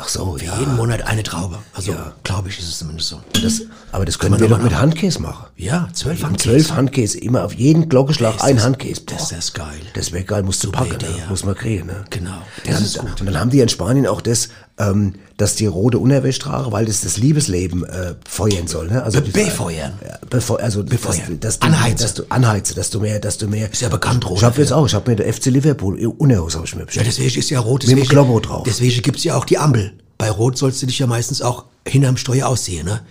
Speaker 2: Ach so,
Speaker 3: Für
Speaker 2: ja.
Speaker 3: jeden Monat eine Traube. Also,
Speaker 2: Ah. Ja.
Speaker 3: glaube ich, ist es zumindest so.
Speaker 2: Das, aber das können
Speaker 3: man
Speaker 2: wir
Speaker 3: aber
Speaker 2: doch mit
Speaker 3: noch-
Speaker 2: Handkäse machen.
Speaker 3: Ja, zwölf Handkäse.
Speaker 2: Zwölf Handkäse, immer auf jeden Glockenschlag
Speaker 3: Ist
Speaker 2: ein
Speaker 3: das-
Speaker 2: Handkäse. Boah.
Speaker 3: Das ist geil.
Speaker 2: Das wäre geil, musst du
Speaker 3: Super
Speaker 2: packen,
Speaker 3: Idee,
Speaker 2: ne?
Speaker 3: ja.
Speaker 2: muss man kriegen. Ne?
Speaker 3: Genau,
Speaker 2: Ja,
Speaker 3: das
Speaker 2: und-
Speaker 3: ist gut.
Speaker 2: Und dann haben die in Spanien auch das, ähm, dass die rote Unterwäsche tragen, weil das das Liebesleben äh, feuern soll. Ne? Also
Speaker 3: Be-
Speaker 2: diese-
Speaker 3: befeuern.
Speaker 2: Ja, befeu also
Speaker 3: Befeuern.
Speaker 2: Dass, dass du,
Speaker 3: Anheize.
Speaker 2: Dass du anheize, dass du mehr, dass du mehr. Ist
Speaker 3: ja bekannt,
Speaker 2: Ich
Speaker 3: rote,
Speaker 2: habe jetzt auch, ich habe mir der FC Liverpool äh, Unterhose habe ich mir
Speaker 3: Ja,
Speaker 2: bestellt.
Speaker 3: deswegen ist ja rot.
Speaker 2: Mit dem
Speaker 3: Deswegen,
Speaker 2: Globo drauf.
Speaker 3: Deswegen gibt's ja auch die Ampel. Bei rot sollst du dich ja meistens auch hinterm Steuer aussehen, ne?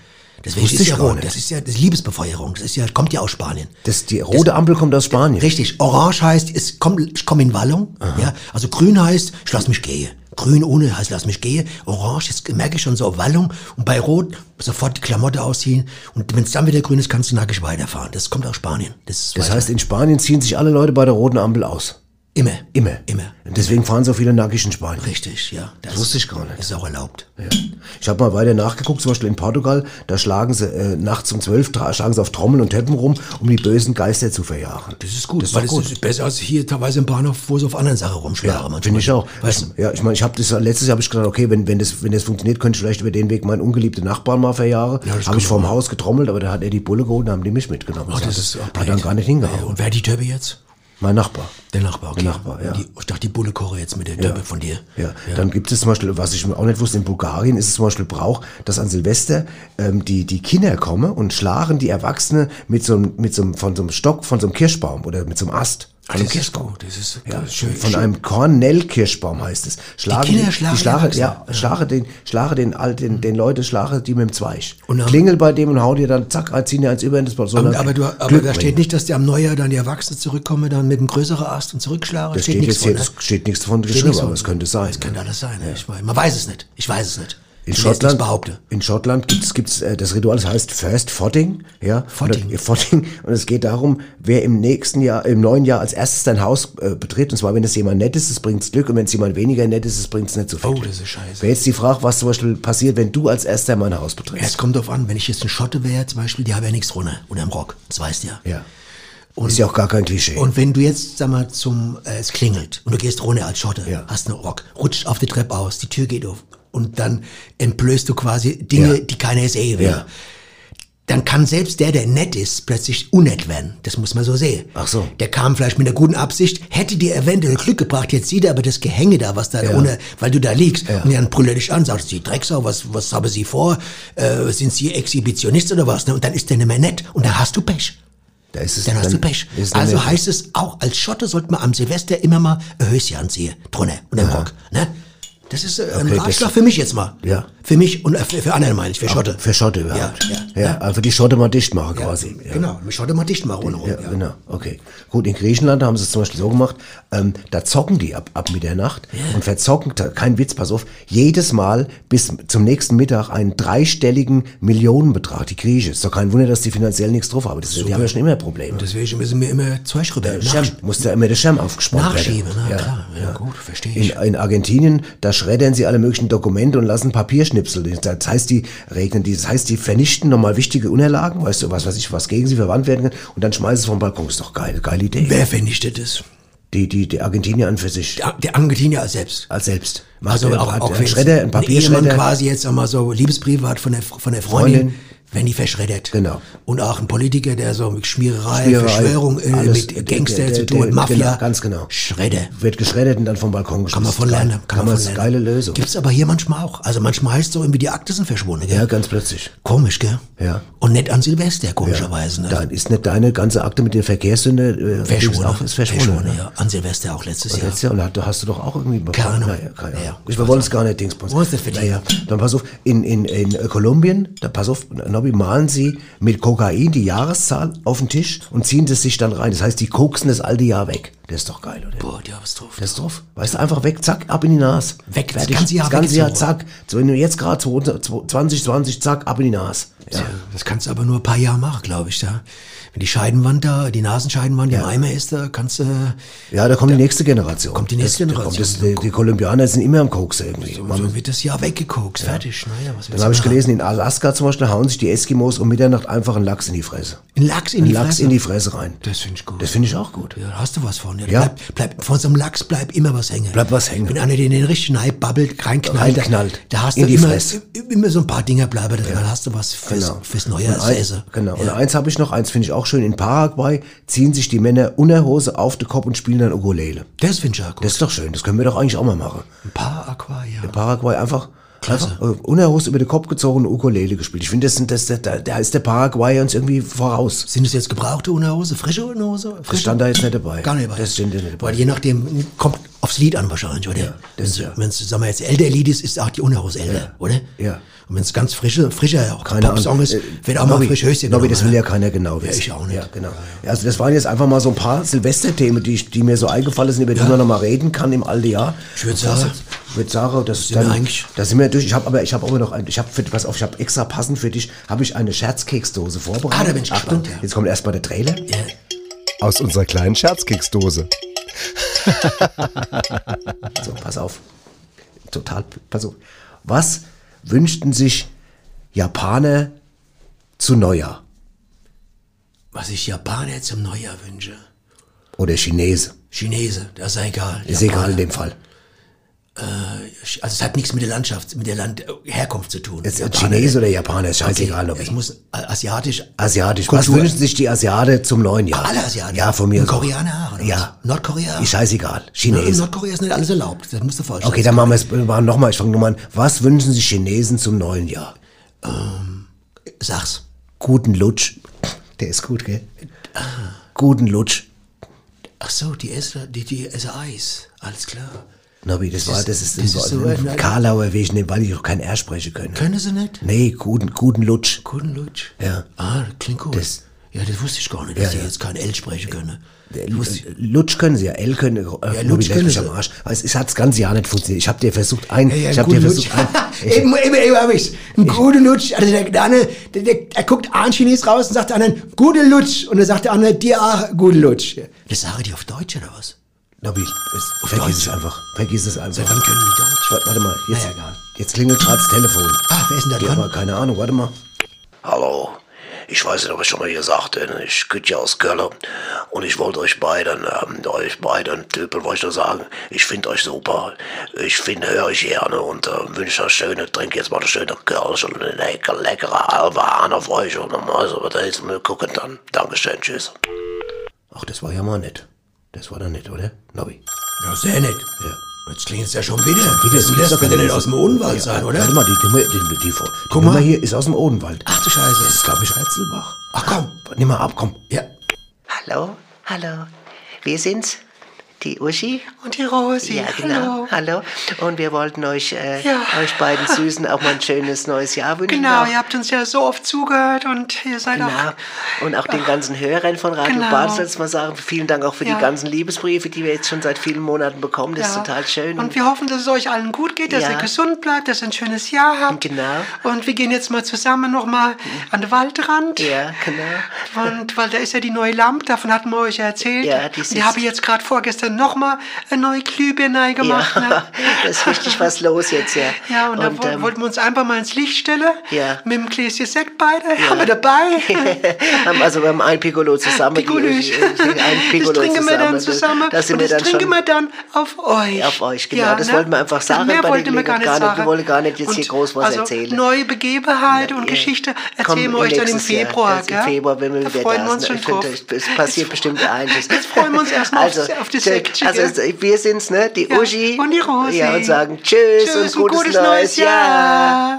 Speaker 3: Deswegen
Speaker 2: Wusste
Speaker 3: ist
Speaker 2: ich
Speaker 3: ja
Speaker 2: gar
Speaker 3: rot.
Speaker 2: nicht.
Speaker 3: Das ist ja das ist Liebesbefeuerung. Das ist ja, kommt ja aus Spanien.
Speaker 2: Das, die rote Ampel kommt aus Spanien.
Speaker 3: Richtig. Orange heißt, es komm, ich komme in Wallung. Ja? Also grün heißt, ich lass mich gehen. Grün ohne heißt, lass mich gehen. Orange, jetzt merke ich schon so Wallung. Und bei Rot sofort die Klamotte ausziehen. Und wenn es dann wieder grün ist, kannst du nackig weiterfahren. Das kommt aus Spanien. Das,
Speaker 2: Das
Speaker 3: weiß
Speaker 2: heißt, in Spanien ziehen sich alle Leute bei der roten Ampel aus.
Speaker 3: man. immer.
Speaker 2: Immer.
Speaker 3: Immer.
Speaker 2: Und deswegen fahren so viele nackig in Spanien.
Speaker 3: Richtig, ja. Das,
Speaker 2: wusste ich gar nicht.
Speaker 3: Ist auch erlaubt.
Speaker 2: Ja. Ich habe mal weiter nachgeguckt, zum Beispiel in Portugal, da schlagen sie äh, nachts um 12 tra- schlagen sie auf Trommeln und Teppen rum, um die bösen Geister zu verjagen.
Speaker 3: Das ist gut,
Speaker 2: Das ist
Speaker 3: weil
Speaker 2: doch gut.
Speaker 3: es ist besser als hier teilweise im Bahnhof, wo sie auf anderen Sachen rumschlagen. manchmal.
Speaker 2: Finde ich auch. Oh,
Speaker 3: Weißt du?
Speaker 2: ja, ich meine, ich habe das letztes Jahr habe ich gedacht, okay, wenn wenn das wenn das funktioniert, könnte ich vielleicht über den Weg meinen ungeliebten Nachbarn mal verjagen.
Speaker 3: Ja, das
Speaker 2: habe
Speaker 3: kann
Speaker 2: ich vorm Haus getrommelt, aber da hat er die Bulle geholt, und haben die mich mitgenommen.
Speaker 3: Ach,
Speaker 2: hat-
Speaker 3: Oh, das ist auch
Speaker 2: hat
Speaker 3: blöd.
Speaker 2: dann gar nicht hingehauen.
Speaker 3: Ja, Und wer hat die Töbe jetzt?
Speaker 2: Mein Nachbar.
Speaker 3: Der Nachbar, okay.
Speaker 2: Der Nachbar, ja.
Speaker 3: die, ich dachte, die Bulle koche jetzt mit der Töbe von dir.
Speaker 2: Ja, dann gibt es zum Beispiel, was ich auch nicht wusste, in Bulgarien ist es zum Beispiel Brauch, dass an Silvester ähm, die, die Kinder kommen und schlagen die Erwachsene mit so, einem- mit so, einem- von so einem Stock, von so einem Kirschbaum oder mit so einem Ast.
Speaker 3: Ah,
Speaker 2: Von einem
Speaker 3: das ist gut, das ist
Speaker 2: Ja,
Speaker 3: schön.
Speaker 2: von
Speaker 3: schön.
Speaker 2: einem Kornellkirschbaum heißt es. Schlagen
Speaker 3: Kinder schlagen
Speaker 2: die schlagen,
Speaker 3: Erwachsene. Mhm.
Speaker 2: ja, schlagen den, schlagen den, all den, den Leute, schlagen die mit dem Zweig.
Speaker 3: Und dann-
Speaker 2: Klingel bei dem und hau dir dann, zack, ziehen dir eins über in das Bauch.
Speaker 3: aber, aber, du, aber da steht nicht, dass der am Neujahr dann die Erwachsene zurückkomme, dann mit einem größeren Ast und zurückschlagen.
Speaker 2: da steht, nichts
Speaker 3: nichts von,
Speaker 2: hier,
Speaker 3: ne?
Speaker 2: das steht nichts von
Speaker 3: Steht
Speaker 2: geschrieben,
Speaker 3: nichts
Speaker 2: aber
Speaker 3: von.
Speaker 2: es könnte sein.
Speaker 3: Das
Speaker 2: ne?
Speaker 3: könnte alles sein. ne? Ich weiß, man weiß es nicht. Ich weiß es nicht.
Speaker 2: In
Speaker 3: Ich will jetzt nichts
Speaker 2: Schottland,
Speaker 3: behaupte.
Speaker 2: in Schottland gibt's, gibt's äh, das Ritual, das heißt First Fotting. Ja?
Speaker 3: Fotting.
Speaker 2: Oder, äh, Fotting. Und es geht darum, wer im nächsten Jahr, im neuen Jahr als erstes dein Haus äh, betritt. Und zwar, wenn es jemand nett ist, es bringt's Glück. Und wenn es jemand weniger nett ist, es bringt's nicht so viel.
Speaker 3: Oh, das ist scheiße.
Speaker 2: Wäre jetzt die Frage, was zum Beispiel passiert, wenn du als erster mein Haus
Speaker 3: Es
Speaker 2: betrittst.
Speaker 3: kommt drauf an, wenn ich jetzt ein Schotte wäre, zum Beispiel, die haben ja nichts runter unterm Rock. Das weißt du ja.
Speaker 2: Ja. ist ja auch gar kein Klischee.
Speaker 3: Und wenn du jetzt, sag mal, zum, äh, es klingelt und du gehst runter als Schotte,
Speaker 2: Ja.
Speaker 3: hast einen Rock, rutscht auf die Treppe aus, die Tür geht auf und dann entblößt du quasi Dinge,
Speaker 2: Ja.
Speaker 3: die keiner sehen will.
Speaker 2: Ja.
Speaker 3: E dann kann selbst der, der nett ist, plötzlich unnett werden. Das muss man so sehen.
Speaker 2: Ach so.
Speaker 3: Der kam vielleicht mit einer guten Absicht, hätte dir eventuell Glück gebracht, jetzt sieht er aber das Gehänge da, was da ohne, weil du da liegst. Und dann brüllt er dich an, sagt, Sie Drecksau, was, was haben Sie vor? Äh, sind Sie Exhibitionist oder was? ne? Und dann ist der nicht mehr nett. Und dann hast du Pech.
Speaker 2: Da ist es
Speaker 3: Dann hast du Pech.
Speaker 2: ist es dann
Speaker 3: Also
Speaker 2: nicht-
Speaker 3: heißt es, auch als Schotte sollte man am Silvester immer mal ein Höschen anziehen. Drunter und im Rock. Ne? Das ist äh, ein
Speaker 2: Okay, das-
Speaker 3: Ratschlag für mich jetzt mal.
Speaker 2: Ja.
Speaker 3: Für mich und äh, für, für andere meine ich, für Schotte.
Speaker 2: Für Schotte überhaupt.
Speaker 3: Ja,
Speaker 2: ja. einfach die Schotte mal dicht machen quasi. Ja.
Speaker 3: Genau, mich heute mal dicht machen rundherum.
Speaker 2: Ja, genau. Okay. Gut, in Griechenland haben sie es zum Beispiel so gemacht, ähm, da zocken die ab, ab Mitternacht und verzocken, da- kein Witz, pass auf, jedes Mal bis zum nächsten Mittag einen dreistelligen Millionenbetrag, die Griechen. Ist doch kein Wunder, dass die finanziell nichts drauf haben. Das, die haben ja schon immer Probleme.
Speaker 3: Deswegen müssen wir immer Zeug rüber nach,
Speaker 2: Schirm, muss da immer der Schirm aufgespannt
Speaker 3: nachschieben.
Speaker 2: werden.
Speaker 3: Na,
Speaker 2: Ja.
Speaker 3: klar, ja, gut, verstehe
Speaker 2: In,
Speaker 3: ich.
Speaker 2: in Argentinien, da schreddern sie alle möglichen Dokumente und lassen Papierschnipsel. Das heißt, die regnen die, das heißt, die vernichten nochmal wichtige Unterlagen, weißt du, was weiß ich, was gegen sie verwandt werden kann und dann schmeißen sie vom Balkon. Ist doch geil, geile Idee.
Speaker 3: Wer vernichtet es?
Speaker 2: Die, die, die Argentinier an für sich.
Speaker 3: Der, der Argentinier selbst.
Speaker 2: Als selbst. Macht
Speaker 3: Also
Speaker 2: der-
Speaker 3: auch,
Speaker 2: hat
Speaker 3: auch
Speaker 2: einen Schredder, ein
Speaker 3: Ehemann
Speaker 2: Papierschredder.
Speaker 3: quasi jetzt einmal so Liebesbriefe hat von der, von der Freundin,
Speaker 2: Freundin.
Speaker 3: wenn die verschreddert.
Speaker 2: Genau.
Speaker 3: Und auch ein Politiker, der so mit Schmiererei,
Speaker 2: Schmiererei,
Speaker 3: Verschwörung, äh,
Speaker 2: alles, der-
Speaker 3: mit Gangster
Speaker 2: der- der-
Speaker 3: zu tun,
Speaker 2: der-
Speaker 3: Mafia.
Speaker 2: genau, ganz genau.
Speaker 3: Schredder.
Speaker 2: Wird geschreddert und dann vom Balkon geschmissen.
Speaker 3: Kann man von lernen.
Speaker 2: Kann man,
Speaker 3: von
Speaker 2: das
Speaker 3: lernen.
Speaker 2: geile Lösung.
Speaker 3: Gibt's aber hier manchmal auch. Also manchmal heißt es so irgendwie, die Akte sind verschwunden. Gell?
Speaker 2: Ja, ganz plötzlich.
Speaker 3: Komisch, gell?
Speaker 2: Ja.
Speaker 3: Und nicht an Silvester, komischerweise. ne?
Speaker 2: Dann ist nicht deine ganze Akte mit der Verkehrssünde äh, Dings
Speaker 3: Verschwunden.
Speaker 2: auch, ist verschwunden. ne?
Speaker 3: ja. An Silvester auch letztes Jahr.
Speaker 2: Letztes Jahr, und da hast du doch auch irgendwie...
Speaker 3: Keine Ahnung.
Speaker 2: Naja, keine Ahnung.
Speaker 3: Ja,
Speaker 2: ich wir wollen es gar nicht, Dingsbums.
Speaker 3: Wo ist das für die?
Speaker 2: Naja, dann pass auf, in, in, in äh, Kolumbien, da pass auf, Nobby, malen sie mit Kokain die Jahreszahl auf den Tisch und ziehen das sich dann rein. Das heißt, die koksen das alte Jahr weg. Das ist doch geil, oder?
Speaker 3: Boah, die haben es drauf.
Speaker 2: Das ist drauf. Weißt du, einfach weg, zack, ab in die Nase.
Speaker 3: Weg, das
Speaker 2: Fertig.
Speaker 3: ganze Jahr
Speaker 2: Das ganze
Speaker 3: weg,
Speaker 2: Jahr,
Speaker 3: so.
Speaker 2: zack. So, Wenn du jetzt gerade 2020, zack, ab in die Nase. Ja.
Speaker 3: Tja, Das kannst du aber nur ein paar Jahre machen, glaube ich. Da. Wenn die Scheidenwand da, die Nasenscheidenwand im Eimer ist, da kannst du...
Speaker 2: ja, da kommt die nächste Generation.
Speaker 3: kommt die nächste
Speaker 2: das, da
Speaker 3: Generation.
Speaker 2: Kommt das, die, die Kolumbianer sind immer am Koks irgendwie.
Speaker 3: so wird das Jahr weggekokt, fertig. Naja, was willst
Speaker 2: Dann habe ich
Speaker 3: du machen?
Speaker 2: gelesen, in Alaska zum Beispiel hauen sich die Eskimos um Mitternacht einfach einen Lachs in die Fresse.
Speaker 3: Ein Lachs in
Speaker 2: Einen
Speaker 3: die
Speaker 2: Lachs
Speaker 3: Fresse.
Speaker 2: in die Fresse rein.
Speaker 3: Das finde ich gut.
Speaker 2: Das finde ich auch gut.
Speaker 3: ja, da hast du was von. Ja, da
Speaker 2: Ja.
Speaker 3: Bleib, bleib, von so einem Lachs bleibt immer was hängen.
Speaker 2: Bleibt was hängen.
Speaker 3: Wenn einer den in den richtigen Ei babbelt, reinknallt,
Speaker 2: Reinknallt.
Speaker 3: Da, da hast
Speaker 2: In
Speaker 3: du
Speaker 2: die
Speaker 3: immer,
Speaker 2: Fresse.
Speaker 3: immer so ein paar Dinger bleiben drin. Dann hast du was fürs, fürs neue
Speaker 2: Genau. Und ein-
Speaker 3: Essen.
Speaker 2: Genau. Und eins habe ich noch, eins finde ich auch schön. In Paraguay ziehen sich die Männer Unterhose auf den Kopf und spielen dann Ukulele.
Speaker 3: Das finde ich ja gut.
Speaker 2: Das ist doch schön. Das können wir doch eigentlich auch mal machen.
Speaker 3: ein paar Aquarien.
Speaker 2: Paraguay einfach, einfach äh, Unterhose über den Kopf gezogen und Ukulele gespielt. Ich finde, das, sind- das, das, da, da ist der Paraguay uns irgendwie voraus.
Speaker 3: Sind es jetzt gebrauchte Unterhose, frische Unterhose?
Speaker 2: Das
Speaker 3: Frische?
Speaker 2: stand da jetzt nicht dabei.
Speaker 3: Gar nicht bei.
Speaker 2: Äh, Das stand da nicht dabei.
Speaker 3: Weil je nachdem, kommt aufs Lied an wahrscheinlich, oder?
Speaker 2: das-
Speaker 3: wenn es, sagen wir jetzt, älter Lied ist, ist auch die Unterhose älter, oder?
Speaker 2: Ja.
Speaker 3: Und wenn es ganz frische, frischer auch
Speaker 2: Keine
Speaker 3: Popsong
Speaker 2: Ahnung.
Speaker 3: ist,
Speaker 2: Äh,
Speaker 3: wird auch mal
Speaker 2: Nobby,
Speaker 3: frisch Höschen
Speaker 2: Nobby,
Speaker 3: genommen,
Speaker 2: das will ja
Speaker 3: oder?
Speaker 2: keiner genau wissen.
Speaker 3: ich auch nicht.
Speaker 2: Ja, genau. Ja, also das waren jetzt einfach mal so ein paar Silvesterthemen, die, ich- die mir so eingefallen sind, über die
Speaker 3: Ja.
Speaker 2: man noch mal reden kann im alten Jahr.
Speaker 3: Ich würd
Speaker 2: Und das
Speaker 3: sagen-
Speaker 2: ist- ich würd sagen, das ist
Speaker 3: wir
Speaker 2: dann,
Speaker 3: eigentlich-
Speaker 2: da sind wir durch. Ich habe aber, ich habe aber noch, ein, ich habe für was auf, ich habe extra passend für dich, habe ich eine Scherzkeksdose vorbereitet.
Speaker 3: Ah, da bin ich
Speaker 2: Achtung,
Speaker 3: gespannt, ja.
Speaker 2: Jetzt kommt erstmal der Trailer.
Speaker 4: Aus unserer kleinen Scherzkeksdose.
Speaker 2: So, pass auf. Total, pass auf. Was wünschten sich Japaner zu Neujahr
Speaker 3: Was ich Japaner zum Neujahr wünsche.
Speaker 2: oder Chinesen?
Speaker 3: Chinese, das ist egal.
Speaker 2: Ist
Speaker 3: Japaner.
Speaker 2: egal in dem Fall.
Speaker 3: Also es hat nichts mit der Landschaft, mit der Land äh, Herkunft zu tun.
Speaker 2: Jetzt
Speaker 3: Japaner,
Speaker 2: Chinese oder Japaner, ist scheißegal. ob
Speaker 3: Es
Speaker 2: ich-
Speaker 3: muss asiatisch.
Speaker 2: Asiatisch. Was
Speaker 3: Kultur.
Speaker 2: wünschen sich die Asiate zum neuen Jahr?
Speaker 3: Alle Asiaten.
Speaker 2: Ja, von mir.
Speaker 3: Und
Speaker 2: aus auch.
Speaker 3: Koreaner auch, oder
Speaker 2: Ja.
Speaker 3: was? Nordkorea.
Speaker 2: Ist scheißegal.
Speaker 3: In
Speaker 2: Chinesen.
Speaker 3: Nordkorea ist nicht alles erlaubt. Das musst du vorstellen.
Speaker 2: Okay, dann machen wir es machen nochmal. Ich fange nochmal an. Was wünschen sich Chinesen zum neuen Jahr?
Speaker 3: Sag's.
Speaker 2: Guten Lutsch. Der ist gut, gell? Guten Lutsch.
Speaker 3: Ach so, die essen, die, die essen Eis. Alles klar.
Speaker 2: Nobby, das, war, das ist,
Speaker 3: das ist so ein-
Speaker 2: ein Karlauer Weg, ne, weil ich auch kein R sprechen können.
Speaker 3: Können sie nicht?
Speaker 2: Nee, guten, guten Lutsch.
Speaker 3: Guten Lutsch.
Speaker 2: Ja.
Speaker 3: Ah, das klingt gut.
Speaker 2: Das-
Speaker 3: ja, das wusste ich gar nicht, dass sie jetzt kein L sprechen können.
Speaker 2: Äh, Lutsch können sie ja, L können, äh, Nobby,
Speaker 3: Lutsch
Speaker 2: leck
Speaker 3: können
Speaker 2: mich
Speaker 3: sie.
Speaker 2: am Arsch. Weil Es, es hat das ganze Jahr nicht funktioniert. Ich habe dir versucht, ein,
Speaker 3: Ja, ja,
Speaker 2: ich habe dir
Speaker 3: guten
Speaker 2: versucht, ein,
Speaker 3: Lutsch. eben, eben, eben hab ich's. Einen guten Lutsch. Also der, der eine, der, der, der guckt einen Chines raus und sagt der anderen, guten Lutsch. Und dann sagt der andere, dir auch guten Lutsch. Das sagen die auf Deutsch oder was?
Speaker 2: Nobby, es, vergiss es einfach. Vergiss es einfach.
Speaker 3: Seit wann können die Deutsch?
Speaker 2: Warte, warte mal, jetzt,
Speaker 3: Na ja, egal.
Speaker 2: jetzt klingelt gerade das Telefon.
Speaker 3: Ah, wer ist denn da
Speaker 2: Ja, aber
Speaker 3: dran?
Speaker 2: keine Ahnung, warte mal. Hallo,
Speaker 5: Ich weiß nicht, ob ich schon mal gesagt habe, ich küt ja aus Köln und ich wollte euch beiden, ähm, euch beiden Typen, wollte ich nur sagen, ich finde euch super. Ich finde, höre euch gerne und äh, wünsche euch schöne, trink jetzt mal eine schöne Kölsch und eine lecker, leckere halbe Hahn auf euch und also, was heißt, wir gucken dann. Dankeschön, tschüss.
Speaker 2: Ach, das war ja mal nett. Das war doch nett, oder? Nobby.
Speaker 3: Ja, sehr nett. Jetzt klingt's ja schon wieder. Wie das, das, das könnte nicht aus dem Odenwald sein, oder?
Speaker 2: Warte mal, die Nummer, die, die, die, die Nummer hier ist aus dem Odenwald.
Speaker 3: Ach du Scheiße.
Speaker 2: Das ist, glaube ich, Reitzelbach.
Speaker 3: Ach komm.
Speaker 2: Nimm mal ab, komm.
Speaker 3: Ja.
Speaker 6: Hallo, hallo. Wir sind's, die Uschi.
Speaker 7: Und die Rosi.
Speaker 6: Ja, genau. Hallo. Und wir wollten euch, äh,
Speaker 7: Ja.
Speaker 6: euch beiden Süßen auch mal ein schönes neues Jahr wünschen.
Speaker 7: Genau,
Speaker 6: auch,
Speaker 7: ihr habt uns ja so oft zugehört und ihr seid
Speaker 6: Genau.
Speaker 7: auch.
Speaker 6: Und auch den ganzen Hörern von Radio
Speaker 7: Genau.
Speaker 6: Basel jetzt mal sagen, vielen Dank auch für
Speaker 7: Ja.
Speaker 6: die ganzen Liebesbriefe, die wir jetzt schon seit vielen Monaten bekommen. Das
Speaker 7: ja.
Speaker 6: ist total schön.
Speaker 7: Und wir hoffen, dass es euch allen gut geht, dass
Speaker 6: Ja.
Speaker 7: ihr gesund bleibt, dass ihr ein schönes Jahr habt.
Speaker 6: Genau. Mhm.
Speaker 7: Und wir gehen jetzt mal zusammen nochmal an den Waldrand.
Speaker 6: ja, genau.
Speaker 7: Und weil da ist ja die neue Lampe, davon hatten wir euch ja erzählt.
Speaker 6: Ja, die
Speaker 7: Und
Speaker 6: sitzt-
Speaker 7: die habe ich jetzt gerade vorgestern nochmal eine neue Glühbirne gemacht.
Speaker 6: Ja.
Speaker 7: Ne?
Speaker 6: Da ist richtig was los jetzt, ja.
Speaker 7: Ja, und,
Speaker 6: Und,
Speaker 7: da wo-
Speaker 6: ähm,
Speaker 7: wollten wir uns einfach mal ins Licht stellen.
Speaker 6: Ja.
Speaker 7: Mit dem Gläschen Sekt beide. Haben wir dabei.
Speaker 6: haben also wir haben ein Piccolo zusammen. die
Speaker 7: Picolös.
Speaker 6: Uschi, äh, ein Piccolo
Speaker 7: das trinken wir dann zusammen.
Speaker 6: Das, das sind
Speaker 7: und
Speaker 6: wir
Speaker 7: das
Speaker 6: dann
Speaker 7: trinken
Speaker 6: schon
Speaker 7: wir dann auf euch. ne?
Speaker 6: Auf euch, genau. Das wollten wir einfach sagen
Speaker 7: Mehr
Speaker 6: bei der
Speaker 7: wollten wir gar
Speaker 6: Gelegenheit,
Speaker 7: nicht
Speaker 6: gar nicht. Wir
Speaker 7: sagen.
Speaker 6: wollen gar nicht jetzt hier
Speaker 7: Und
Speaker 6: groß was
Speaker 7: also
Speaker 6: erzählen.
Speaker 7: Neue Begebenheit und
Speaker 6: Ja.
Speaker 7: Geschichte
Speaker 6: Kommen
Speaker 7: erzählen wir euch dann im
Speaker 6: nächstes Jahr,
Speaker 7: Februar.
Speaker 6: das
Speaker 7: gell?
Speaker 6: Im Februar, wenn wir
Speaker 7: da
Speaker 6: wieder
Speaker 7: freuen
Speaker 6: da
Speaker 7: wir uns
Speaker 6: sind.
Speaker 7: schon
Speaker 6: Ich finde,
Speaker 7: drauf.
Speaker 6: Es passiert bestimmt einiges.
Speaker 7: Jetzt freuen wir uns erstmal auf- auf die
Speaker 6: tschö-
Speaker 7: Sekte,
Speaker 6: Also
Speaker 7: gell?
Speaker 6: es- wir sind's, ne? Die
Speaker 7: Ja,
Speaker 6: Uschi.
Speaker 7: und die Rosi.
Speaker 6: Ja, und sagen Tschüss,
Speaker 7: Tschüss
Speaker 6: und gutes, neues Jahr.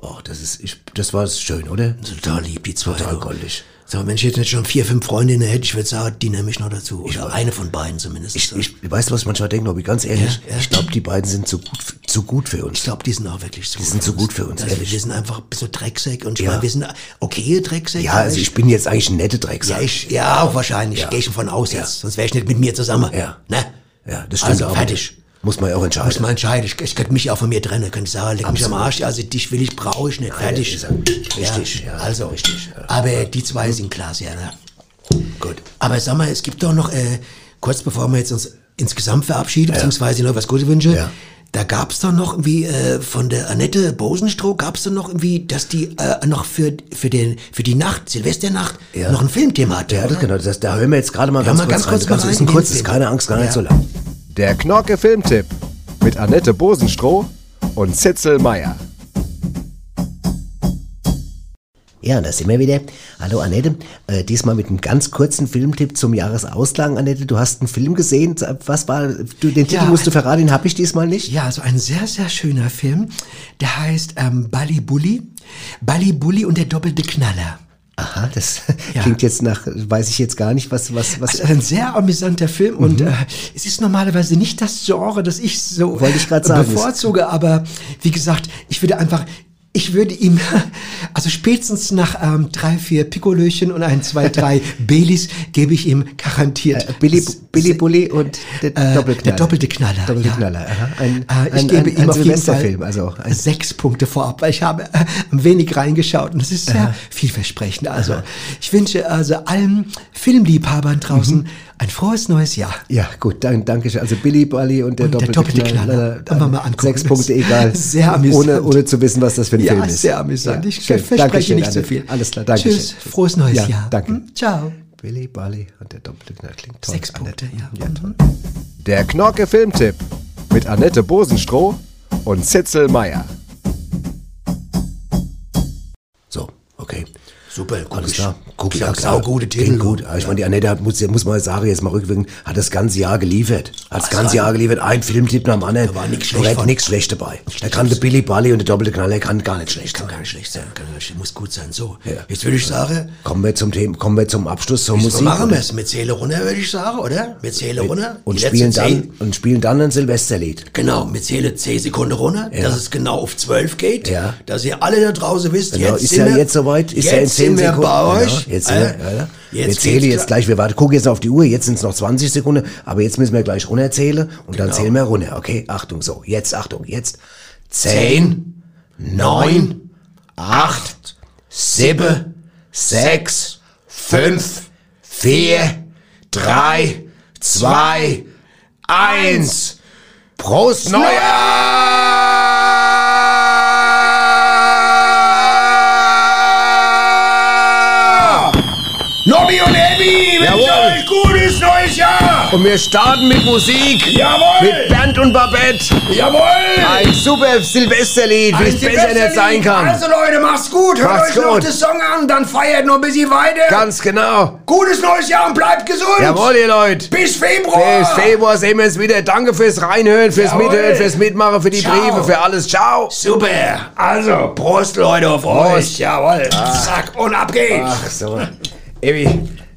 Speaker 2: Oh, das ist, ich, das war schön, oder?
Speaker 3: Total lieb, die zwei.
Speaker 2: Total goldig.
Speaker 3: So, wenn ich jetzt nicht schon vier, fünf Freundinnen hätte, ich würde sagen, die nehme ich noch dazu. Oder eine von beiden zumindest.
Speaker 2: Ich, ich weißt du, was ich manchmal denke, Nobby? Ganz ehrlich,
Speaker 3: Ja, ja.
Speaker 2: ich glaube, die beiden sind zu gut, f- zu gut für uns.
Speaker 3: Ich glaube, die sind auch wirklich zu
Speaker 2: Die sind zu gut für uns,
Speaker 3: Also,
Speaker 2: ehrlich.
Speaker 3: wir sind einfach ein bisschen Drecksack und ich
Speaker 2: Ja.
Speaker 3: meine, wir sind okay Drecksack.
Speaker 2: ja,
Speaker 3: aber
Speaker 2: also ich bin jetzt eigentlich ein netter
Speaker 3: ja,
Speaker 2: Drecksack.
Speaker 3: ich, ja, auch wahrscheinlich. Gehe ich von aus jetzt. Sonst wäre ich nicht mit mir zusammen.
Speaker 2: Ja.
Speaker 3: Ne?
Speaker 2: ja, das stimmt
Speaker 3: Also,
Speaker 2: auch.
Speaker 3: fertig.
Speaker 2: Muss man ja auch entscheiden.
Speaker 3: Muss man entscheiden. Ich, ich könnte mich auch von mir trennen. Könnte sagen, leck mich am Arsch. Also dich will ich, brauche ich nicht. Fertig.
Speaker 2: ist er. Richtig, ja,
Speaker 3: Also. Richtig. Aber die zwei sind klar, ja. Ne? Gut. Aber sag mal, es gibt doch noch, äh, kurz bevor wir jetzt uns insgesamt verabschieden, beziehungsweise noch was Gutes wünsche,
Speaker 2: Ja.
Speaker 3: da gab's doch noch irgendwie äh, von der Annette Bosenstroh gab's doch noch irgendwie, dass die äh, noch für, für, den, für die Nacht, Silvesternacht,
Speaker 2: Ja.
Speaker 3: noch ein Filmthema hatte.
Speaker 2: ja, das
Speaker 3: oder?
Speaker 2: genau. Das, da hören wir jetzt gerade mal
Speaker 3: Ja,
Speaker 2: ganz
Speaker 3: mal
Speaker 2: kurz
Speaker 3: ganz
Speaker 2: rein.
Speaker 3: kurz
Speaker 2: Das Ganze
Speaker 3: mal
Speaker 2: ist ein
Speaker 3: rein in den
Speaker 2: kurzes,
Speaker 3: Film.
Speaker 2: keine Angst, gar nicht
Speaker 3: Ja.
Speaker 2: so lang.
Speaker 4: Der Knorke Filmtipp mit Annette Bosenstroh und Zitzel Meyer.
Speaker 2: Ja, und da sind wir wieder. Hallo Annette. Äh, diesmal mit einem ganz kurzen Filmtipp zum Jahresausklang. Annette, du hast einen Film gesehen. Was war, du, den Titel
Speaker 7: Ja.
Speaker 2: musst du verraten, den habe ich diesmal nicht.
Speaker 7: Ja, also ein sehr, sehr schöner Film. Der heißt ähm, Bali Bulli. Bali Bulli und der doppelte Knaller.
Speaker 2: Aha, das klingt jetzt nach, weiß ich jetzt gar nicht, was, was, was.
Speaker 7: Also ein sehr amüsanter Film und
Speaker 2: Mhm.
Speaker 7: äh, es ist normalerweise nicht das Genre, das ich so
Speaker 2: Wollte ich grad sagen.
Speaker 7: bevorzuge, aber wie gesagt, ich würde einfach, ich würde ihm, also spätestens nach ähm, drei, vier Piccolöchen und ein, zwei, drei Baileys gebe ich ihm garantiert.
Speaker 2: Äh, Billy,
Speaker 7: s-
Speaker 2: Billy Bully und der
Speaker 7: äh,
Speaker 2: Doppelknaller.
Speaker 7: Der doppelte Knaller.
Speaker 2: Doppelte
Speaker 7: ja.
Speaker 2: Knaller, aha. Ein-
Speaker 7: äh, ich
Speaker 2: ein-
Speaker 7: gebe
Speaker 2: ein-
Speaker 7: ihm
Speaker 2: ein
Speaker 7: auf jeden Fall
Speaker 2: Silvesterfilm, also ein-
Speaker 7: sechs Punkte vorab, weil ich habe äh, wenig reingeschaut und es ist sehr vielversprechend. Also ich wünsche also allen Filmliebhabern draußen
Speaker 2: Mhm.
Speaker 7: ein frohes neues Jahr.
Speaker 2: Ja, gut, dann, danke schön. Also Billy Bully und der
Speaker 7: Und der
Speaker 2: doppelte,
Speaker 7: doppelte Knaller. Wollen wir mal
Speaker 2: An-
Speaker 7: angucken.
Speaker 2: Äh, Sechs
Speaker 7: Das
Speaker 2: Punkte,
Speaker 7: ist
Speaker 2: egal.
Speaker 7: sehr amüsant.
Speaker 2: Ohne, ohne zu wissen, was das für ein
Speaker 7: Ja,
Speaker 2: Film ist.
Speaker 7: sehr amüsant. ich
Speaker 2: schön.
Speaker 7: verspreche
Speaker 2: Dankeschön,
Speaker 7: nicht so
Speaker 2: Annette.
Speaker 7: viel.
Speaker 2: Alles klar, danke
Speaker 7: Tschüss,
Speaker 2: schön.
Speaker 7: frohes neues
Speaker 2: ja,
Speaker 7: Jahr.
Speaker 2: Danke.
Speaker 7: Hm, Ciao.
Speaker 2: Billy Bully und der doppelte Knaller. Klingt toll.
Speaker 7: Sechs Punkte, ja. Mhm.
Speaker 4: Der Knorke Filmtipp mit Annette Bosenstroh und Zitzel Meyer.
Speaker 2: So, okay.
Speaker 3: Super, guck
Speaker 2: Alles
Speaker 3: ich.
Speaker 2: klar.
Speaker 3: Guck ich.
Speaker 2: Ja,
Speaker 3: Ja,
Speaker 2: klar.
Speaker 3: saugute
Speaker 2: Klingt
Speaker 3: Titel.
Speaker 2: gut. Ah, Ich meine, die Annette hat, muss, muss man sagen, jetzt mal rückwirkend, hat das ganze Jahr geliefert. Hat das ganze Jahr geliefert. Ein Filmtipp nach dem anderen. Da
Speaker 3: Also war nix schlecht von.
Speaker 2: nichts schlecht dabei. Da kann der Billy Bully und der doppelte Knaller kann gar nicht schlecht
Speaker 3: Kann
Speaker 2: sein.
Speaker 3: gar nicht schlecht sein. Kann gar nicht, muss gut sein. So,
Speaker 2: Ja.
Speaker 3: jetzt würde ich sagen,
Speaker 2: Kommen wir zum Thema, kommen wir zum Abschluss zur
Speaker 3: so
Speaker 2: Musik.
Speaker 3: machen
Speaker 2: oder?
Speaker 3: wir es. Mit Zähle runter, würde ich sagen, oder? Mit Zähle runter.
Speaker 2: Und
Speaker 3: Die letzten
Speaker 2: spielen,
Speaker 3: zehn.
Speaker 2: dann, und spielen dann ein Silvesterlied.
Speaker 3: Genau, mit Zähle 10 Sekunden runter, dass es genau auf 12 geht,
Speaker 2: Ja.
Speaker 3: dass ihr alle da draußen wisst,
Speaker 2: Genau,
Speaker 3: jetzt
Speaker 2: ist
Speaker 3: sind
Speaker 2: ja
Speaker 3: wir,
Speaker 2: jetzt soweit, ist ja in
Speaker 3: jetzt
Speaker 2: 10
Speaker 3: sind wir
Speaker 2: Sekunden.
Speaker 3: bei euch.
Speaker 2: Genau, jetzt sind
Speaker 3: Äh,
Speaker 2: wir, ja, ja.
Speaker 3: jetzt
Speaker 2: wir zählen
Speaker 3: geht's
Speaker 2: jetzt gleich, wir warten, gucken jetzt auf die Uhr, jetzt sind es noch 20 Sekunden, aber jetzt müssen wir gleich runterzählen und dann zählen wir runter, okay? Achtung, so, jetzt, Achtung, jetzt. 10, 9, 8, 7, 6, 5, 4, 3, 2, 1. Prost Neujahr! Jawohl!
Speaker 8: gutes neues Jahr!
Speaker 2: Und wir starten mit Musik!
Speaker 8: Jawohl!
Speaker 2: Mit Bernd und Babette!
Speaker 8: Jawohl!
Speaker 2: Ein super Silvesterlied, wie es besser nicht sein kann!
Speaker 8: Also Leute, macht's gut, hört
Speaker 2: Macht's
Speaker 8: euch noch
Speaker 2: gut.
Speaker 8: den Song an, dann feiert noch ein bisschen weiter.
Speaker 2: Ganz genau!
Speaker 8: gutes neues Jahr und bleibt gesund!
Speaker 2: Jawohl, ihr Leute!
Speaker 8: Bis Februar!
Speaker 2: Bis Februar sehen wir uns wieder. Danke fürs Reinhören, fürs
Speaker 8: Jawohl.
Speaker 2: Mithören, fürs Mitmachen, für die
Speaker 8: Ciao.
Speaker 2: Briefe, für alles. Ciao!
Speaker 8: Super! Also, Prost Leute auf euch! Jawohl! Zack, und ab geht's!
Speaker 2: Ah. Ach so. Evi,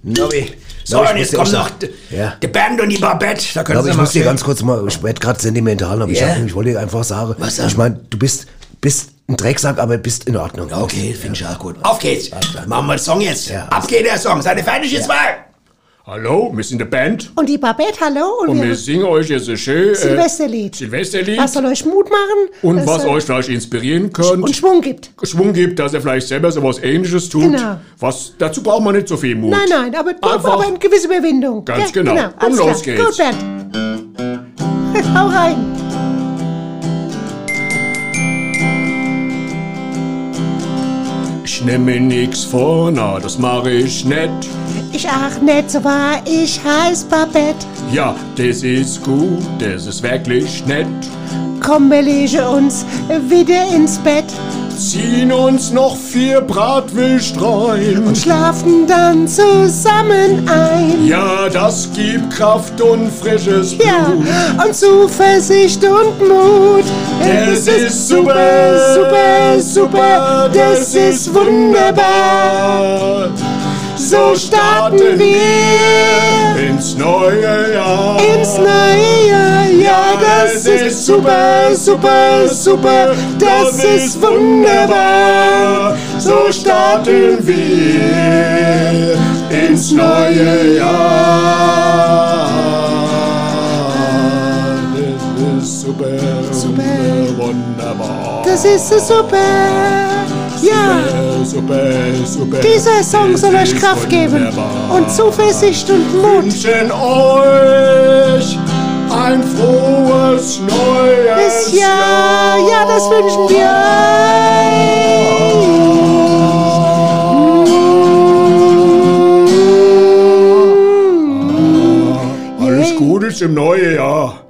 Speaker 2: Nobby.
Speaker 8: So,
Speaker 2: Nobby, ich
Speaker 8: und jetzt
Speaker 2: muss
Speaker 8: kommt
Speaker 2: dir-
Speaker 8: noch d-
Speaker 2: Ja.
Speaker 8: die Band und die Babette. Da können
Speaker 2: Nobby,
Speaker 8: Sie
Speaker 2: ich
Speaker 8: mal
Speaker 2: muss dir
Speaker 8: schön-
Speaker 2: ganz kurz mal, ich werde gerade sentimental, aber
Speaker 8: Ja?
Speaker 2: ich, hab- ich wollte dir einfach sagen,
Speaker 8: Was denn?
Speaker 2: ich meine, du bist, bist ein Drecksack, aber bist in Ordnung.
Speaker 8: Okay, finde ich auch gut. Auf geht's. Machen wir den Song jetzt.
Speaker 2: Ja.
Speaker 8: Ab geht der Song. Seid ihr fertig jetzt mal? Hallo, wir sind eine Band
Speaker 9: Und die Babette, hallo. Und,
Speaker 8: und
Speaker 9: wir
Speaker 8: wir singen euch jetzt ein schönes
Speaker 9: Silvesterlied.
Speaker 8: Silvesterlied.
Speaker 9: was soll euch Mut machen?
Speaker 8: und
Speaker 9: dass,
Speaker 8: was
Speaker 9: äh,
Speaker 8: euch vielleicht inspirieren könnt,
Speaker 9: Und Schwung gibt.
Speaker 8: Schwung gibt, dass ihr vielleicht selber sowas ähnliches tut.
Speaker 9: Genau.
Speaker 8: Was, dazu braucht man nicht so viel Mut.
Speaker 9: Nein, nein, aber,
Speaker 8: Einfach.
Speaker 9: aber eine gewisse Überwindung.
Speaker 8: Ganz genau. Und
Speaker 9: Alles
Speaker 8: los
Speaker 9: klar.
Speaker 8: geht's.
Speaker 9: Gut, Bernd. Hau rein.
Speaker 8: Ich nehme mir nichts vor, na, das mache ich nicht.
Speaker 9: Ich ach nicht so wahr, ich heiß Babette.
Speaker 8: Ja, das ist gut, das ist wirklich nett.
Speaker 9: Komm, wir legen uns wieder ins Bett.
Speaker 8: Ziehen uns noch vier Bratwürst rein.
Speaker 9: Schlafen dann zusammen ein.
Speaker 8: Ja, das gibt Kraft und frisches Blut.
Speaker 9: Ja, und Zuversicht und Mut.
Speaker 8: Das ist super,
Speaker 9: super, super. Das ist wunderbar. So starten wir
Speaker 8: ins neue Jahr.
Speaker 9: ins neue Jahr. Ja, das ist super, super, super. Das ist wunderbar. So starten
Speaker 8: wir ins neue Jahr. Das ist super,
Speaker 9: Super.
Speaker 8: wunderbar.
Speaker 9: Das ist super. Ja.
Speaker 8: Super, super.
Speaker 9: Dieser Song
Speaker 8: Das
Speaker 9: soll euch
Speaker 8: ist
Speaker 9: Kraft geben
Speaker 8: wunderbar.
Speaker 9: und Zuversicht und Mut.
Speaker 8: wünschen euch ein frohes neues
Speaker 9: Das Jahr, ja, das wünschen wir euch.
Speaker 8: Alles Gutes im neuen Jahr.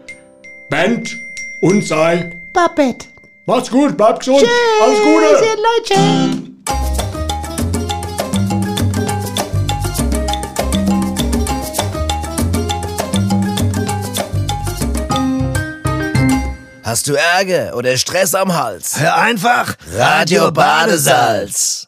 Speaker 8: Band und sei.
Speaker 9: Babette.
Speaker 8: Macht's gut, bleibt gesund. Alles
Speaker 9: Tschüss,
Speaker 8: Gute.
Speaker 9: ihr Leute.
Speaker 1: Hast du Ärger oder Stress am Hals?
Speaker 2: Hör einfach!
Speaker 1: Radio Badesalz.